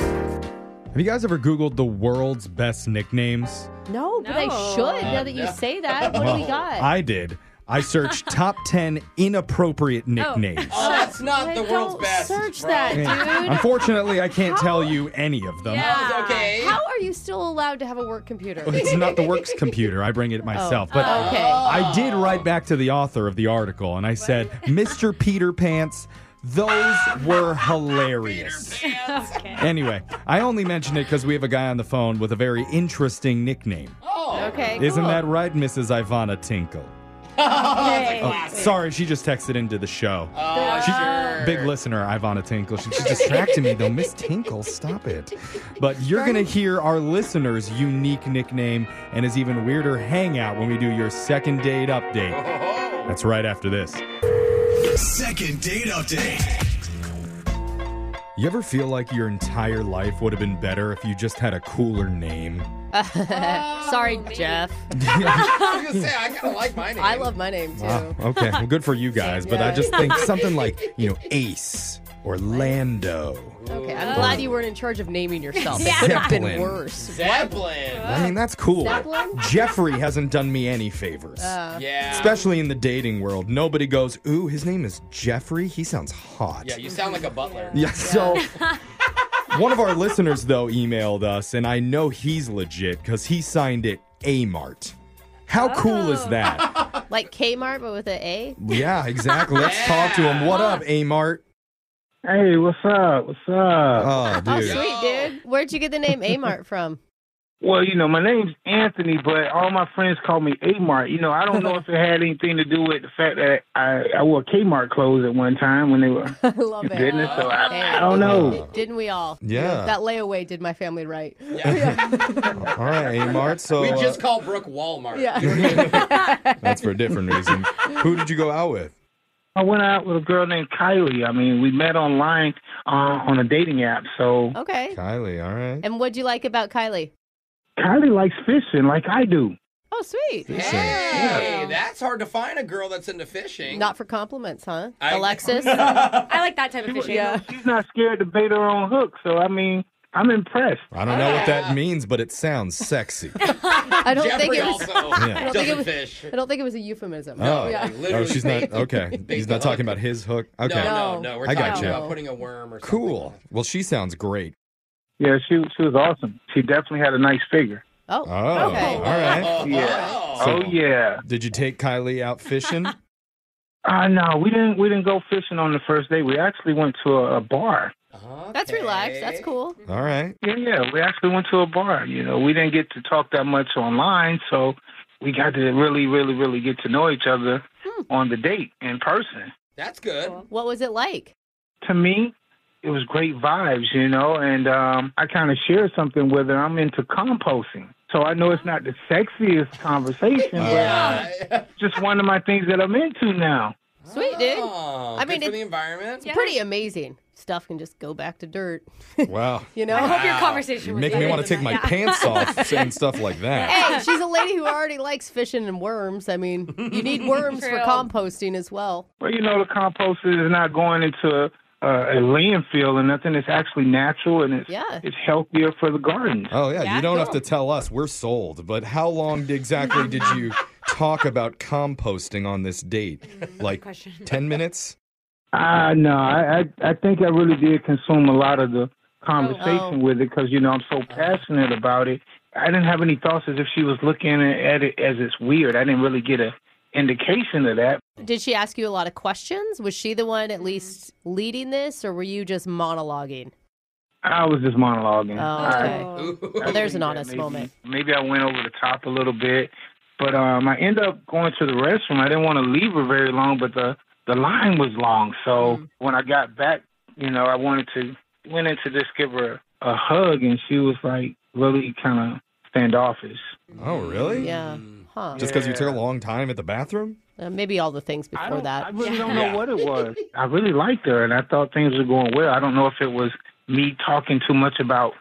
[SPEAKER 3] Have you guys ever Googled the world's best nicknames?
[SPEAKER 2] No, but I should now that you say that. What do we
[SPEAKER 3] Well,
[SPEAKER 2] got?
[SPEAKER 3] I did. I searched top 10 inappropriate nicknames.
[SPEAKER 2] Oh, that's not the world's best. Search that, dude.
[SPEAKER 3] Yeah. Unfortunately, I can't tell you any of them.
[SPEAKER 2] Yeah. Okay. How are you still allowed to have a work computer?
[SPEAKER 3] It's not the works computer. I bring it myself.
[SPEAKER 2] Oh.
[SPEAKER 3] But
[SPEAKER 2] Oh, okay.
[SPEAKER 3] I did write back to the author of the article and I said, Mr. Peter Pants, those were hilarious.
[SPEAKER 2] okay.
[SPEAKER 3] Anyway, I only mention it because we have a guy on the phone with a very interesting nickname.
[SPEAKER 2] okay.
[SPEAKER 3] Isn't
[SPEAKER 2] cool.
[SPEAKER 3] that right, Mrs. Ivana Tinkle?
[SPEAKER 2] Okay.
[SPEAKER 3] Oh, sorry, she just texted into the show.
[SPEAKER 2] Oh,
[SPEAKER 3] She- Big listener, Ivana Tinkle. She- She's distracting me, though. Miss Tinkle, stop it. But you're going to hear our listener's unique nickname and his even weirder hangout when we do your second date update. That's right after this.
[SPEAKER 5] Second date update.
[SPEAKER 3] You ever feel like your entire life would have been better if you just had a cooler name?
[SPEAKER 2] Sorry, Jeff.
[SPEAKER 6] I was gonna say I kind of like my name.
[SPEAKER 2] I love my name too.
[SPEAKER 3] Wow. Okay. Well, good for you guys. But I just think something like, you know, Ace or Lando.
[SPEAKER 2] Okay, I'm glad you weren't in charge of naming yourself. It
[SPEAKER 3] Yeah.
[SPEAKER 2] could have been
[SPEAKER 3] Zeppelin.
[SPEAKER 2] worse.
[SPEAKER 3] I mean, that's cool.
[SPEAKER 2] Zeppelin?
[SPEAKER 3] Jeffrey hasn't done me any favors.
[SPEAKER 2] Uh,
[SPEAKER 6] Yeah.
[SPEAKER 3] Especially in the dating world. Nobody goes, ooh, his name is Jeffrey. He sounds hot.
[SPEAKER 6] Yeah, you sound like a butler.
[SPEAKER 3] Yeah, so one of our listeners, though, emailed us, and I know he's legit because he signed it A Mart. How cool is that?
[SPEAKER 2] like Kmart, but with an A.
[SPEAKER 3] yeah, exactly. Let's talk to him. What up, A Mart?
[SPEAKER 13] Hey, what's up? What's up?
[SPEAKER 3] Oh, dude.
[SPEAKER 2] Sweet, dude. Where'd you get the name Amart from?
[SPEAKER 13] Well, you know, my name's Anthony, but all my friends call me A Mart. You know, I don't know if it had anything to do with the fact that I, I wore Kmart clothes at one time when they were.
[SPEAKER 2] I love it.
[SPEAKER 13] Goodness, so I-
[SPEAKER 2] Hey,
[SPEAKER 13] I don't know.
[SPEAKER 2] Didn't we all?
[SPEAKER 13] Yeah.
[SPEAKER 2] That layaway did my family right.
[SPEAKER 3] All right, Amart. So
[SPEAKER 6] we
[SPEAKER 3] uh,
[SPEAKER 6] just call Brooke Walmart.
[SPEAKER 3] that's for a different reason. Who did you go out with?
[SPEAKER 13] I went out with a girl named Kylie. I mean, we met online uh, on a dating app. So
[SPEAKER 2] Okay.
[SPEAKER 3] Kylie, all right.
[SPEAKER 2] And what'd you like about Kylie?
[SPEAKER 13] Kylie likes fishing like I do.
[SPEAKER 2] Oh, sweet.
[SPEAKER 6] Hey, that's hard to find a girl that's into fishing.
[SPEAKER 2] Not for compliments, huh?
[SPEAKER 6] I-
[SPEAKER 2] Alexis?
[SPEAKER 14] I like that type of fishing.
[SPEAKER 2] Yeah.
[SPEAKER 13] She's not scared to bait her own hook. So I mean, I'm impressed.
[SPEAKER 3] I don't know what that means, but it sounds sexy.
[SPEAKER 2] I don't think
[SPEAKER 6] Jeffrey
[SPEAKER 2] it was.
[SPEAKER 6] also
[SPEAKER 2] I don't think it
[SPEAKER 6] doesn't
[SPEAKER 2] was.
[SPEAKER 6] fish.
[SPEAKER 2] I don't think it was a euphemism.
[SPEAKER 3] Oh,
[SPEAKER 2] yeah.
[SPEAKER 3] oh, she's not okay. He's not talking about his hook. Okay,
[SPEAKER 6] No,
[SPEAKER 2] Oh.
[SPEAKER 6] no, Oh, no. We're
[SPEAKER 3] I
[SPEAKER 6] talking
[SPEAKER 3] gotcha.
[SPEAKER 6] about putting a worm or something.
[SPEAKER 3] Cool. Well, she sounds great.
[SPEAKER 13] Yeah, she she was awesome. She definitely had a nice figure.
[SPEAKER 2] Oh,
[SPEAKER 3] oh,
[SPEAKER 13] okay.
[SPEAKER 3] all right.
[SPEAKER 13] Yeah. oh yeah.
[SPEAKER 3] Did you take Kylie out fishing?
[SPEAKER 13] Uh, no, we didn't. We didn't go fishing on the first day. We actually went to a, a bar.
[SPEAKER 2] That's relaxed. That's cool.
[SPEAKER 3] All right.
[SPEAKER 13] Yeah, yeah. We actually went to a bar. You know, we didn't get to talk that much online, so we got to really, really, really get to know each other on the date in person.
[SPEAKER 6] That's good.
[SPEAKER 2] What was it like?
[SPEAKER 13] To me, it was great vibes. You know, and um, I kind of shared something with her. I'm into composting, so I know it's not the sexiest conversation, but it's just one of my things that I'm into now.
[SPEAKER 2] Sweet, dude.
[SPEAKER 6] Oh,
[SPEAKER 2] I
[SPEAKER 6] good
[SPEAKER 2] mean,
[SPEAKER 6] for
[SPEAKER 2] it's-
[SPEAKER 6] the environment.
[SPEAKER 2] It's pretty amazing. Stuff can just go back to dirt.
[SPEAKER 3] Wow.
[SPEAKER 2] You know?
[SPEAKER 14] I hope your conversation
[SPEAKER 3] You're
[SPEAKER 14] was
[SPEAKER 3] making me
[SPEAKER 14] better
[SPEAKER 3] want to
[SPEAKER 14] than
[SPEAKER 3] take my
[SPEAKER 14] that.
[SPEAKER 3] pants off saying stuff like that.
[SPEAKER 2] Hey, she's a lady who already likes fishing and worms. I mean, you need worms for
[SPEAKER 14] True.
[SPEAKER 2] composting as well.
[SPEAKER 13] Well, you know, the compost is not going into a, a landfill or nothing. It's actually natural and it's
[SPEAKER 2] Yeah.
[SPEAKER 13] it's healthier for the garden.
[SPEAKER 3] Oh yeah, you don't have to tell us. We're sold. But how long d- exactly did you talk about composting on this date?
[SPEAKER 14] Mm,
[SPEAKER 3] Like ten minutes?
[SPEAKER 13] Uh, no, I, I I think I really did consume a lot of the conversation
[SPEAKER 3] Oh, oh.
[SPEAKER 13] with it because you know I'm so passionate about it. I didn't have any thoughts as if she was looking at it as it's weird. I didn't really get a indication of that.
[SPEAKER 2] Did she ask you a lot of questions? Was she the one at least leading this, or were you just monologuing?
[SPEAKER 13] I was just monologuing.
[SPEAKER 2] Oh, okay. Well, there's an honest
[SPEAKER 13] maybe,
[SPEAKER 2] moment.
[SPEAKER 13] Maybe I went over the top a little bit, but um, I ended up going to the restroom. I didn't want to leave her very long, but the the line was long. So when I got back, you know, I wanted to went in to just give her a hug, and she was like really kind of standoffish.
[SPEAKER 3] Oh really? Mm-hmm.
[SPEAKER 2] Yeah. Huh.
[SPEAKER 3] Just because you took a long time at the bathroom?
[SPEAKER 2] Uh, maybe all the things before that.
[SPEAKER 13] I really don't know what it was. I really liked her, and I thought things were going well. I don't know if it was me talking too much about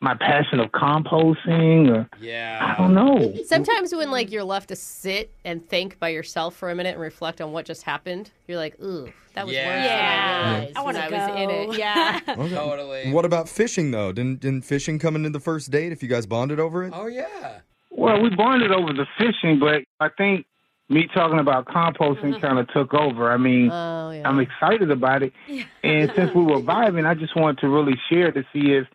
[SPEAKER 13] my passion of composting, or
[SPEAKER 6] yeah,
[SPEAKER 13] I don't know.
[SPEAKER 2] Sometimes when like you're left to sit and think by yourself for a minute and reflect on what just happened, you're like, ooh, that was worse than I
[SPEAKER 14] Yeah.
[SPEAKER 2] realized
[SPEAKER 14] I wanna
[SPEAKER 2] when I was in
[SPEAKER 14] go.
[SPEAKER 2] it. Yeah.
[SPEAKER 3] Okay.
[SPEAKER 6] Totally.
[SPEAKER 3] What about fishing though? Didn't didn't fishing come into the first date if you guys bonded over it?
[SPEAKER 6] Oh yeah.
[SPEAKER 13] Well, we bonded over the fishing, but I think me talking about composting kind of took over. I mean,
[SPEAKER 2] Mm-hmm. Oh, yeah.
[SPEAKER 13] I'm excited about it, and since we were vibing, I just wanted to really share to see if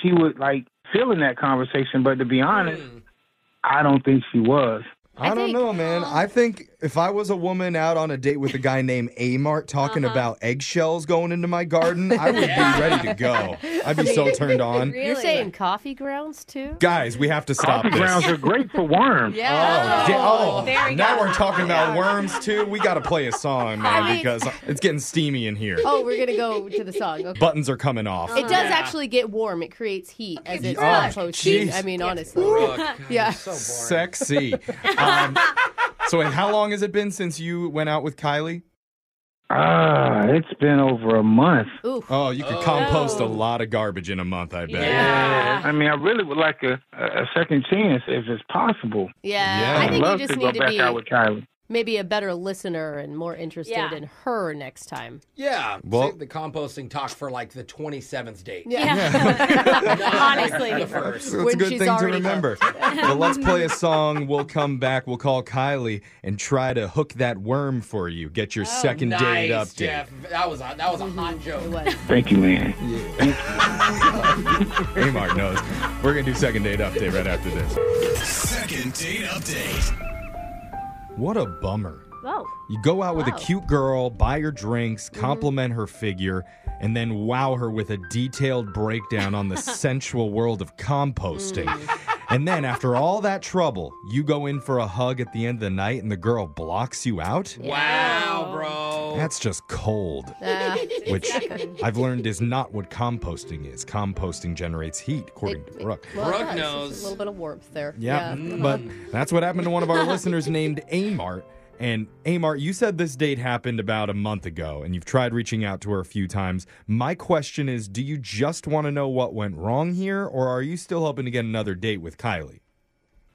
[SPEAKER 13] she would like feel in that conversation. But to be honest,
[SPEAKER 2] Mm.
[SPEAKER 13] I don't think she was.
[SPEAKER 3] I, don't know,
[SPEAKER 2] uh,
[SPEAKER 3] man. I think if I was a woman out on a date with a guy named Amart talking
[SPEAKER 2] Uh-huh.
[SPEAKER 3] about eggshells going into my garden, I would be ready to go. I'd be so turned on.
[SPEAKER 2] You're saying coffee grounds too?
[SPEAKER 3] Guys, we have to stop
[SPEAKER 13] Coffee
[SPEAKER 3] this.
[SPEAKER 13] grounds are great for worms.
[SPEAKER 3] Oh, da- oh,
[SPEAKER 2] There we
[SPEAKER 3] now
[SPEAKER 2] go.
[SPEAKER 3] we're talking about worms too. We got to play a song, man,
[SPEAKER 2] I mean-
[SPEAKER 3] because it's getting steamy in here.
[SPEAKER 2] Oh, we're gonna go to the song. Okay.
[SPEAKER 3] Buttons are coming off.
[SPEAKER 2] It does actually get warm. It creates heat as it's
[SPEAKER 3] Oh,
[SPEAKER 2] composting.
[SPEAKER 3] jeez.
[SPEAKER 2] I mean, honestly.
[SPEAKER 3] Brooke,
[SPEAKER 2] yeah.
[SPEAKER 3] Sexy. Um, so, wait, how long has it been since you went out with Kylie?
[SPEAKER 13] Ah, it's been over a month.
[SPEAKER 3] Oh, you could compost a lot of garbage in a month, I bet.
[SPEAKER 13] I mean, I really would like a, a a second chance if it's possible.
[SPEAKER 2] Yeah. I
[SPEAKER 13] I'd
[SPEAKER 2] think you
[SPEAKER 13] love
[SPEAKER 2] just
[SPEAKER 13] to go
[SPEAKER 2] need to
[SPEAKER 13] back
[SPEAKER 2] be
[SPEAKER 13] out with Kylie.
[SPEAKER 2] maybe a better listener and more interested
[SPEAKER 6] Yeah.
[SPEAKER 2] in her next time.
[SPEAKER 6] Yeah.
[SPEAKER 3] Well-
[SPEAKER 6] Save the composting talk for like the 27th date.
[SPEAKER 2] Yeah.
[SPEAKER 6] Honestly. The first.
[SPEAKER 3] So it's a good thing to remember. but let's play a song. We'll come back. We'll call Kylie and try to hook that worm for you. Get your second
[SPEAKER 6] Oh, nice,
[SPEAKER 3] date update.
[SPEAKER 6] Jeff. That was a, that was a
[SPEAKER 2] Mm-hmm.
[SPEAKER 6] hot joke.
[SPEAKER 13] Thank you, man.
[SPEAKER 3] Amar knows. We're going to do second date update right after this.
[SPEAKER 4] Second date update.
[SPEAKER 3] What a bummer.
[SPEAKER 15] Oh.
[SPEAKER 3] You go out with
[SPEAKER 15] Wow.
[SPEAKER 3] a cute girl, buy her drinks, compliment her figure, and then wow her with a detailed breakdown on the sensual world of composting. And then after all that trouble, you go in for a hug at the end of the night and the girl blocks you out?
[SPEAKER 6] Wow, bro.
[SPEAKER 3] That's just cold.
[SPEAKER 2] Ah,
[SPEAKER 3] Which
[SPEAKER 2] exactly.
[SPEAKER 3] I've learned is not what composting is. Composting generates heat, according to Brooke.
[SPEAKER 2] Well,
[SPEAKER 6] Brooke
[SPEAKER 2] yeah, it's just
[SPEAKER 6] knows. Mm.
[SPEAKER 2] A little bit of warmth there.
[SPEAKER 3] Yeah.
[SPEAKER 2] Yeah.
[SPEAKER 3] Mm. But that's what happened to one of our listeners named Amart. And Amart, you said this date happened about a month ago, and you've tried reaching out to her a few times. My question is do you just want to know what went wrong here, or are you still hoping to get another date with Kylie?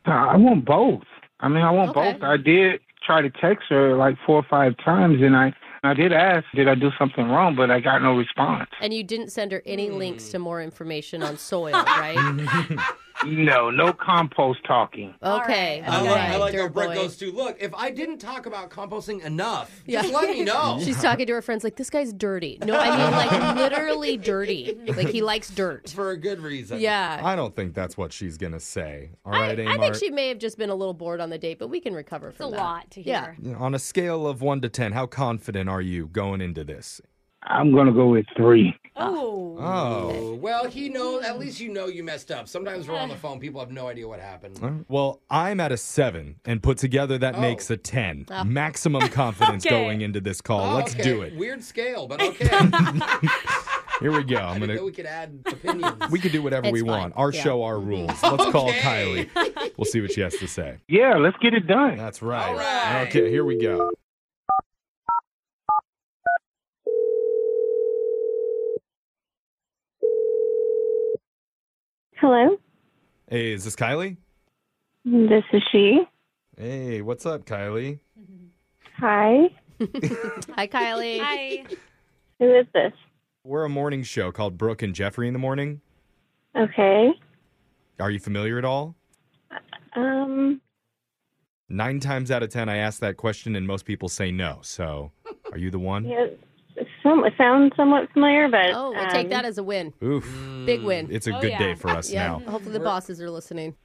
[SPEAKER 13] I want both. I mean, I want
[SPEAKER 2] Okay.
[SPEAKER 13] both. I did try to text her like four or five times, and I I did ask, did I do something wrong? But I got no response.
[SPEAKER 2] And you didn't send her any
[SPEAKER 6] Mm.
[SPEAKER 2] links to more information on soil, right?
[SPEAKER 13] No, no compost talking.
[SPEAKER 2] okay.
[SPEAKER 6] I like, I
[SPEAKER 2] alright,
[SPEAKER 6] like where
[SPEAKER 2] dirt
[SPEAKER 6] Brooke
[SPEAKER 2] boy.
[SPEAKER 6] goes to. Look, if I didn't talk about composting enough, just let me know.
[SPEAKER 2] She's talking to her friends like this guy's dirty. No, I mean like literally dirty. Like he likes dirt.
[SPEAKER 6] For a good reason.
[SPEAKER 2] Yeah.
[SPEAKER 3] I don't think that's what she's going to say. All right, Amart.
[SPEAKER 2] I think she may have just been a little bored on the date, but we can recover from
[SPEAKER 4] a
[SPEAKER 2] that.
[SPEAKER 4] lot to
[SPEAKER 2] Yeah.
[SPEAKER 4] hear.
[SPEAKER 3] On a scale of one to 10, how confident are you going into this?
[SPEAKER 13] I'm gonna go with three.
[SPEAKER 4] Oh.
[SPEAKER 3] Oh.
[SPEAKER 6] Oh, Well, he knows. At least you know you messed up. Sometimes we're on the phone. People have no idea what happened.
[SPEAKER 3] Well, I'm at a seven, and put together that makes a 10.
[SPEAKER 2] Oh.
[SPEAKER 3] Maximum confidence
[SPEAKER 4] Okay.
[SPEAKER 3] going into this call.
[SPEAKER 6] Oh,
[SPEAKER 3] Let's
[SPEAKER 6] okay.
[SPEAKER 3] do it.
[SPEAKER 6] Weird scale, but okay. I
[SPEAKER 3] Here we go. I'm
[SPEAKER 6] didn't know
[SPEAKER 3] gonna.
[SPEAKER 6] we could add opinions.
[SPEAKER 3] We can do whatever
[SPEAKER 2] It's
[SPEAKER 3] we
[SPEAKER 2] fine.
[SPEAKER 3] want. Our
[SPEAKER 2] Yeah.
[SPEAKER 3] show, our rules. Let's call
[SPEAKER 6] Okay.
[SPEAKER 3] Kylie. We'll see what she has to say.
[SPEAKER 13] Yeah, let's get it done.
[SPEAKER 3] That's right.
[SPEAKER 6] All right.
[SPEAKER 3] Okay, here we go.
[SPEAKER 16] Hello,
[SPEAKER 3] Hey, is this Kylie?
[SPEAKER 16] this is she.
[SPEAKER 3] Hey, what's up, Kylie?
[SPEAKER 16] Hi,
[SPEAKER 2] Hi, Kylie.
[SPEAKER 4] Hi.
[SPEAKER 16] who is this?
[SPEAKER 3] We're a morning show called Brooke and Jeffrey in the Morning.
[SPEAKER 16] Okay.
[SPEAKER 3] Are you familiar at all?
[SPEAKER 16] Um,
[SPEAKER 3] Nine times out of ten, I ask that question, and most people say no. So, are you the one?
[SPEAKER 16] yeah, some, it sounds somewhat familiar, but um,
[SPEAKER 2] Oh, we'll take that as a win.
[SPEAKER 3] Oof.
[SPEAKER 2] Big win.
[SPEAKER 3] Mm, It's a
[SPEAKER 4] Oh,
[SPEAKER 3] good
[SPEAKER 4] yeah.
[SPEAKER 3] day for us
[SPEAKER 2] yeah.
[SPEAKER 3] now.
[SPEAKER 2] Hopefully the bosses are listening.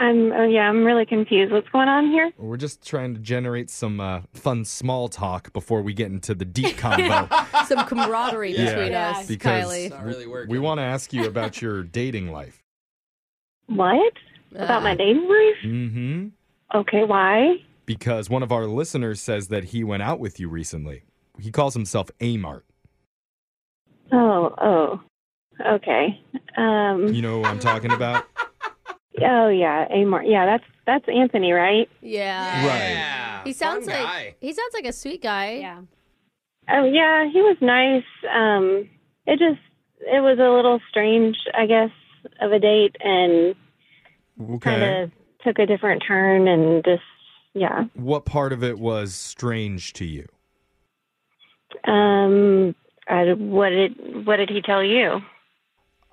[SPEAKER 16] I'm. Oh yeah, I'm really confused. What's going on here?
[SPEAKER 3] We're just trying to generate some uh, fun small talk before we get into the deep combo.
[SPEAKER 2] Some camaraderie
[SPEAKER 3] Yeah.
[SPEAKER 2] between
[SPEAKER 4] Yeah.
[SPEAKER 2] us,
[SPEAKER 3] because
[SPEAKER 2] Kylie.
[SPEAKER 6] Not really working.
[SPEAKER 3] we want to ask you about your dating life.
[SPEAKER 16] What about
[SPEAKER 2] Uh.
[SPEAKER 16] my dating life?
[SPEAKER 3] Mm-hmm.
[SPEAKER 16] Okay, why?
[SPEAKER 3] Because one of our listeners says that he went out with you recently. He calls himself Amart.
[SPEAKER 16] Oh, oh, okay. Um,
[SPEAKER 3] You know who I'm talking about?
[SPEAKER 16] oh yeah, Amar. Yeah, that's that's Anthony, right?
[SPEAKER 2] Yeah.
[SPEAKER 6] Yeah.
[SPEAKER 2] He sounds
[SPEAKER 6] Fun
[SPEAKER 2] like
[SPEAKER 6] guy.
[SPEAKER 2] he sounds like a sweet guy.
[SPEAKER 4] Yeah.
[SPEAKER 16] Oh yeah, he was nice. Um, it just it was a little strange, I guess, of a date, and kind
[SPEAKER 3] Okay.
[SPEAKER 16] of took a different turn, and just yeah.
[SPEAKER 3] What part of it was strange to you?
[SPEAKER 16] Um, I, what did what did he tell you?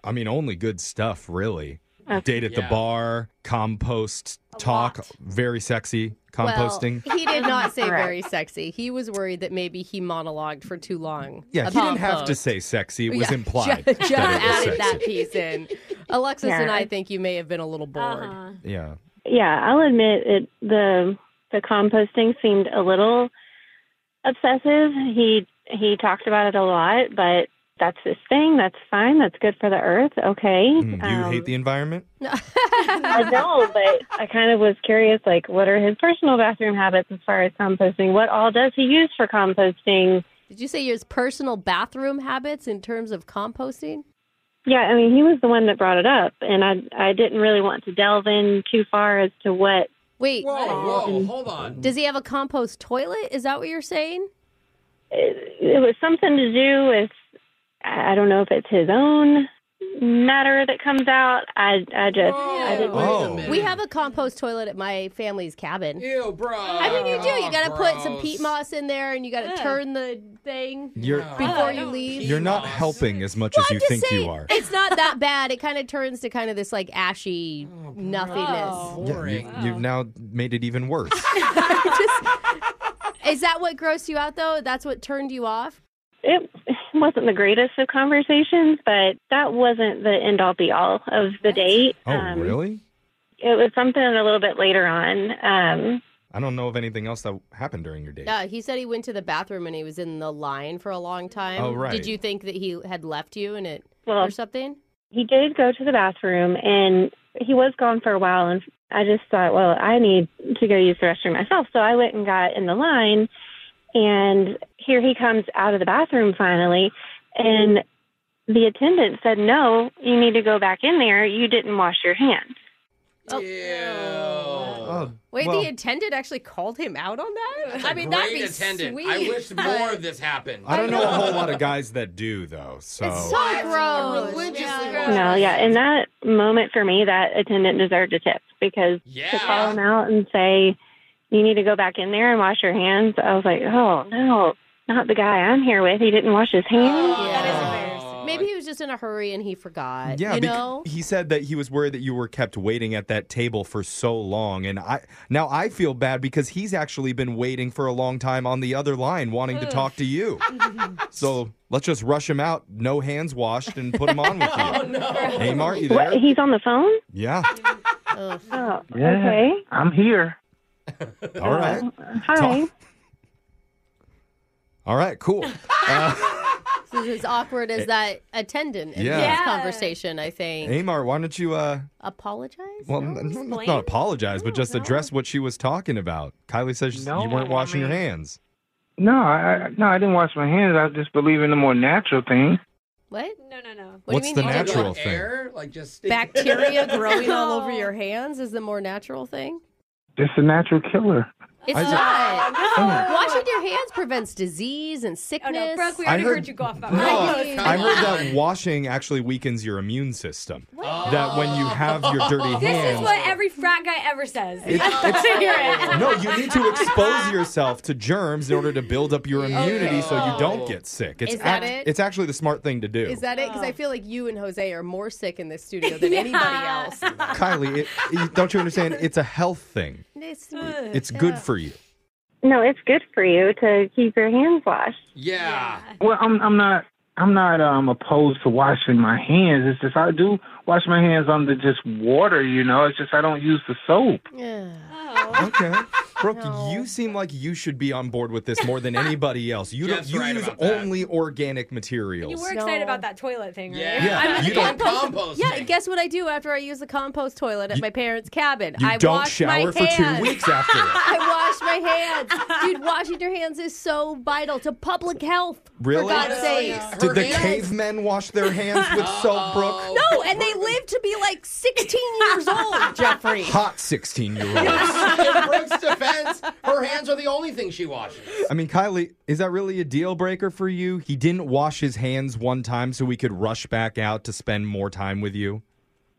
[SPEAKER 3] I mean, only good stuff, really.
[SPEAKER 16] Okay.
[SPEAKER 3] Date at the
[SPEAKER 6] Yeah.
[SPEAKER 3] bar, compost, talk, very sexy composting.
[SPEAKER 2] Well, he did not say
[SPEAKER 16] Correct.
[SPEAKER 2] very sexy. He was worried that maybe he monologued for too long.
[SPEAKER 3] yeah, he
[SPEAKER 2] about
[SPEAKER 3] didn't have to
[SPEAKER 2] both.
[SPEAKER 3] say sexy. It was
[SPEAKER 2] Yeah,
[SPEAKER 3] implied.
[SPEAKER 2] Just, just
[SPEAKER 3] that it was
[SPEAKER 2] added that
[SPEAKER 3] sexy.
[SPEAKER 2] piece in. Alexis
[SPEAKER 16] Yeah.
[SPEAKER 2] and I think you may have been a little bored.
[SPEAKER 4] Uh-huh.
[SPEAKER 3] Yeah.
[SPEAKER 16] Yeah, I'll admit it. The the composting seemed a little obsessive. He he talked about it a lot, but that's his thing. That's fine. That's good for the earth. Okay.
[SPEAKER 3] Mm, you
[SPEAKER 2] Um,
[SPEAKER 3] hate the environment?
[SPEAKER 16] I know, but I kind of was curious. Like, what are his personal bathroom habits as far as composting? What all does he use for composting?
[SPEAKER 2] Did you say your personal bathroom habits in terms of composting?
[SPEAKER 16] Yeah, I mean, he was the one that brought it up, and I I didn't really want to delve in too far as to what
[SPEAKER 2] Wait,
[SPEAKER 6] Whoa, whoa, hold on.
[SPEAKER 2] does he have a compost toilet? Is that what you're saying?
[SPEAKER 16] it, it was something to do with I I don't know if it's his own matter that comes out. I I just I
[SPEAKER 6] Whoa,
[SPEAKER 16] didn't
[SPEAKER 6] wait a
[SPEAKER 3] Oh.
[SPEAKER 6] minute.
[SPEAKER 2] We have a compost toilet at my family's cabin.
[SPEAKER 6] Ew, bro.
[SPEAKER 2] I mean, you do. You got to put some
[SPEAKER 6] Gross.
[SPEAKER 2] peat moss in there, and you got to
[SPEAKER 4] Yeah.
[SPEAKER 2] turn the thing
[SPEAKER 3] You're
[SPEAKER 6] Oh,
[SPEAKER 2] before you
[SPEAKER 4] no.
[SPEAKER 2] leave.
[SPEAKER 3] You're not
[SPEAKER 6] Moss.
[SPEAKER 3] helping as much as you
[SPEAKER 2] just
[SPEAKER 3] think
[SPEAKER 2] saying,
[SPEAKER 3] you are.
[SPEAKER 2] It's not that bad. It kind of turns to kind of this like ashy nothingness.
[SPEAKER 4] Oh.
[SPEAKER 3] Yeah,
[SPEAKER 6] Boring.
[SPEAKER 3] you've, you've now made it even worse.
[SPEAKER 2] Is that what grossed you out though? That's what turned you off?
[SPEAKER 16] it wasn't the greatest of conversations, but that wasn't the end all be all of the date. Um,
[SPEAKER 3] oh,
[SPEAKER 2] Um,
[SPEAKER 3] really?
[SPEAKER 16] It was something a little bit later on. Um,
[SPEAKER 3] I don't know of anything else that happened during your date.
[SPEAKER 2] Yeah, he said he went to the bathroom and he was in the line for a long time.
[SPEAKER 3] Oh, right.
[SPEAKER 2] Did you think that he had left you and it
[SPEAKER 16] Well-
[SPEAKER 2] or something?
[SPEAKER 16] he did go to the bathroom and he was gone for a while, and I just thought, well, I need to go use the restroom myself. So I went and got in the line, and here he comes out of the bathroom finally, and the attendant said, no, you need to go back in there. You didn't wash your hands.
[SPEAKER 2] Oh. Wait,
[SPEAKER 6] well-
[SPEAKER 2] the attendant actually called him out on that? I mean, that'd
[SPEAKER 6] Great
[SPEAKER 2] be
[SPEAKER 6] attendant.
[SPEAKER 2] sweet.
[SPEAKER 6] I wish more of this happened.
[SPEAKER 3] I don't know a whole lot of guys that do though. So
[SPEAKER 2] It's so gross. Yeah.
[SPEAKER 16] No, yeah. In that moment for me, that attendant deserved a tip because to call him out and say, you need to go back in there and wash your hands, I was like, oh, no, not the guy I'm here with. He didn't wash his hands.
[SPEAKER 3] Oh.
[SPEAKER 2] Maybe he was just in a hurry and he forgot.
[SPEAKER 3] Yeah,
[SPEAKER 2] you
[SPEAKER 3] bec-
[SPEAKER 2] know?
[SPEAKER 3] he said that he was worried that you were kept waiting at that table for so long, and I now I feel bad because he's actually been waiting for a long time on the other line, wanting to talk to you. so let's just rush him out, no hands washed, and put him on with you. Hey, Mark, you there?
[SPEAKER 16] What? He's on the phone?
[SPEAKER 3] Yeah.
[SPEAKER 16] Oh,
[SPEAKER 3] Yeah.
[SPEAKER 16] okay.
[SPEAKER 13] I'm here.
[SPEAKER 3] All right.
[SPEAKER 16] Hi.
[SPEAKER 3] All right. Cool. Uh,
[SPEAKER 2] This is as awkward as that attendant in
[SPEAKER 3] Eh. Yeah.
[SPEAKER 2] this
[SPEAKER 3] Yeah.
[SPEAKER 2] conversation, I think.
[SPEAKER 3] Amar, why don't you? Uh,
[SPEAKER 2] Apologize?
[SPEAKER 3] well, n- n- not apologize, but just address what she was talking about. Kylie says you weren't washing your hands.
[SPEAKER 13] No, I, I- no, I didn't wash my hands. I just believe in the more natural thing.
[SPEAKER 2] What?
[SPEAKER 4] No, no,
[SPEAKER 13] What do
[SPEAKER 4] no.
[SPEAKER 13] you What's mean the you didn't natural wash- thing?
[SPEAKER 6] Air, like just
[SPEAKER 2] Bacteria growing all over your hands is the more natural thing.
[SPEAKER 13] It's a natural killer.
[SPEAKER 2] It's
[SPEAKER 13] I just-
[SPEAKER 2] not.
[SPEAKER 3] Oh,
[SPEAKER 13] No.
[SPEAKER 2] Washing your hands prevents disease and sickness.
[SPEAKER 4] Oh, Brooke, we
[SPEAKER 3] I already heard- heard
[SPEAKER 4] you go off about
[SPEAKER 3] No,
[SPEAKER 2] Right.
[SPEAKER 3] I heard that washing actually weakens your immune system. That when you have your dirty
[SPEAKER 4] This
[SPEAKER 3] hands,
[SPEAKER 4] is what every frat guy ever says.
[SPEAKER 3] It-
[SPEAKER 4] Let's hear it.
[SPEAKER 3] no, you need to expose yourself to germs in order to build up your immunity so you don't get sick. It's
[SPEAKER 2] Oh, Is that it?
[SPEAKER 3] It's actually the smart thing to do.
[SPEAKER 2] Is that it? Because
[SPEAKER 4] Oh.
[SPEAKER 2] I feel like you and Jose are more sick in this studio than anybody else.
[SPEAKER 3] Kylie, it, it- don't you understand? It's a health thing. It's good for you.
[SPEAKER 16] No, it's good for you to keep your hands washed.
[SPEAKER 6] Yeah.
[SPEAKER 13] Well, I'm I'm not I'm not um opposed to washing my hands. It's just I do wash my hands under just water. You know, it's just I don't use the soap.
[SPEAKER 3] Okay. Brooke, you seem like you should be on board with this more than anybody else. You don't,
[SPEAKER 6] Jeff's
[SPEAKER 3] you
[SPEAKER 6] right
[SPEAKER 3] use
[SPEAKER 6] about that.
[SPEAKER 3] only organic materials.
[SPEAKER 4] You were excited about that toilet thing, right?
[SPEAKER 3] Yeah. Yeah.
[SPEAKER 2] I'm
[SPEAKER 3] You
[SPEAKER 2] you
[SPEAKER 3] don't-
[SPEAKER 2] compost.
[SPEAKER 3] Compost
[SPEAKER 2] yeah, and guess what I do after I use the compost toilet at my parents' cabin?
[SPEAKER 3] You
[SPEAKER 2] I
[SPEAKER 3] don't
[SPEAKER 2] wash my
[SPEAKER 3] shower for two
[SPEAKER 2] hands.
[SPEAKER 3] weeks after it.
[SPEAKER 2] I wash my hands. Dude, washing your hands is so vital to public health.
[SPEAKER 3] Really?
[SPEAKER 2] For God's sake.
[SPEAKER 3] Did the cavemen wash their hands with soap, Brooke?
[SPEAKER 2] No, and they live to be like 16 years old, Jeffrey.
[SPEAKER 3] Hot 16 year olds.
[SPEAKER 6] In Brooke's defense, her hands are the only thing she washes.
[SPEAKER 3] I mean, Kylie, is that really a deal breaker for you? He didn't wash his hands one time so we could rush back out to spend more time with you.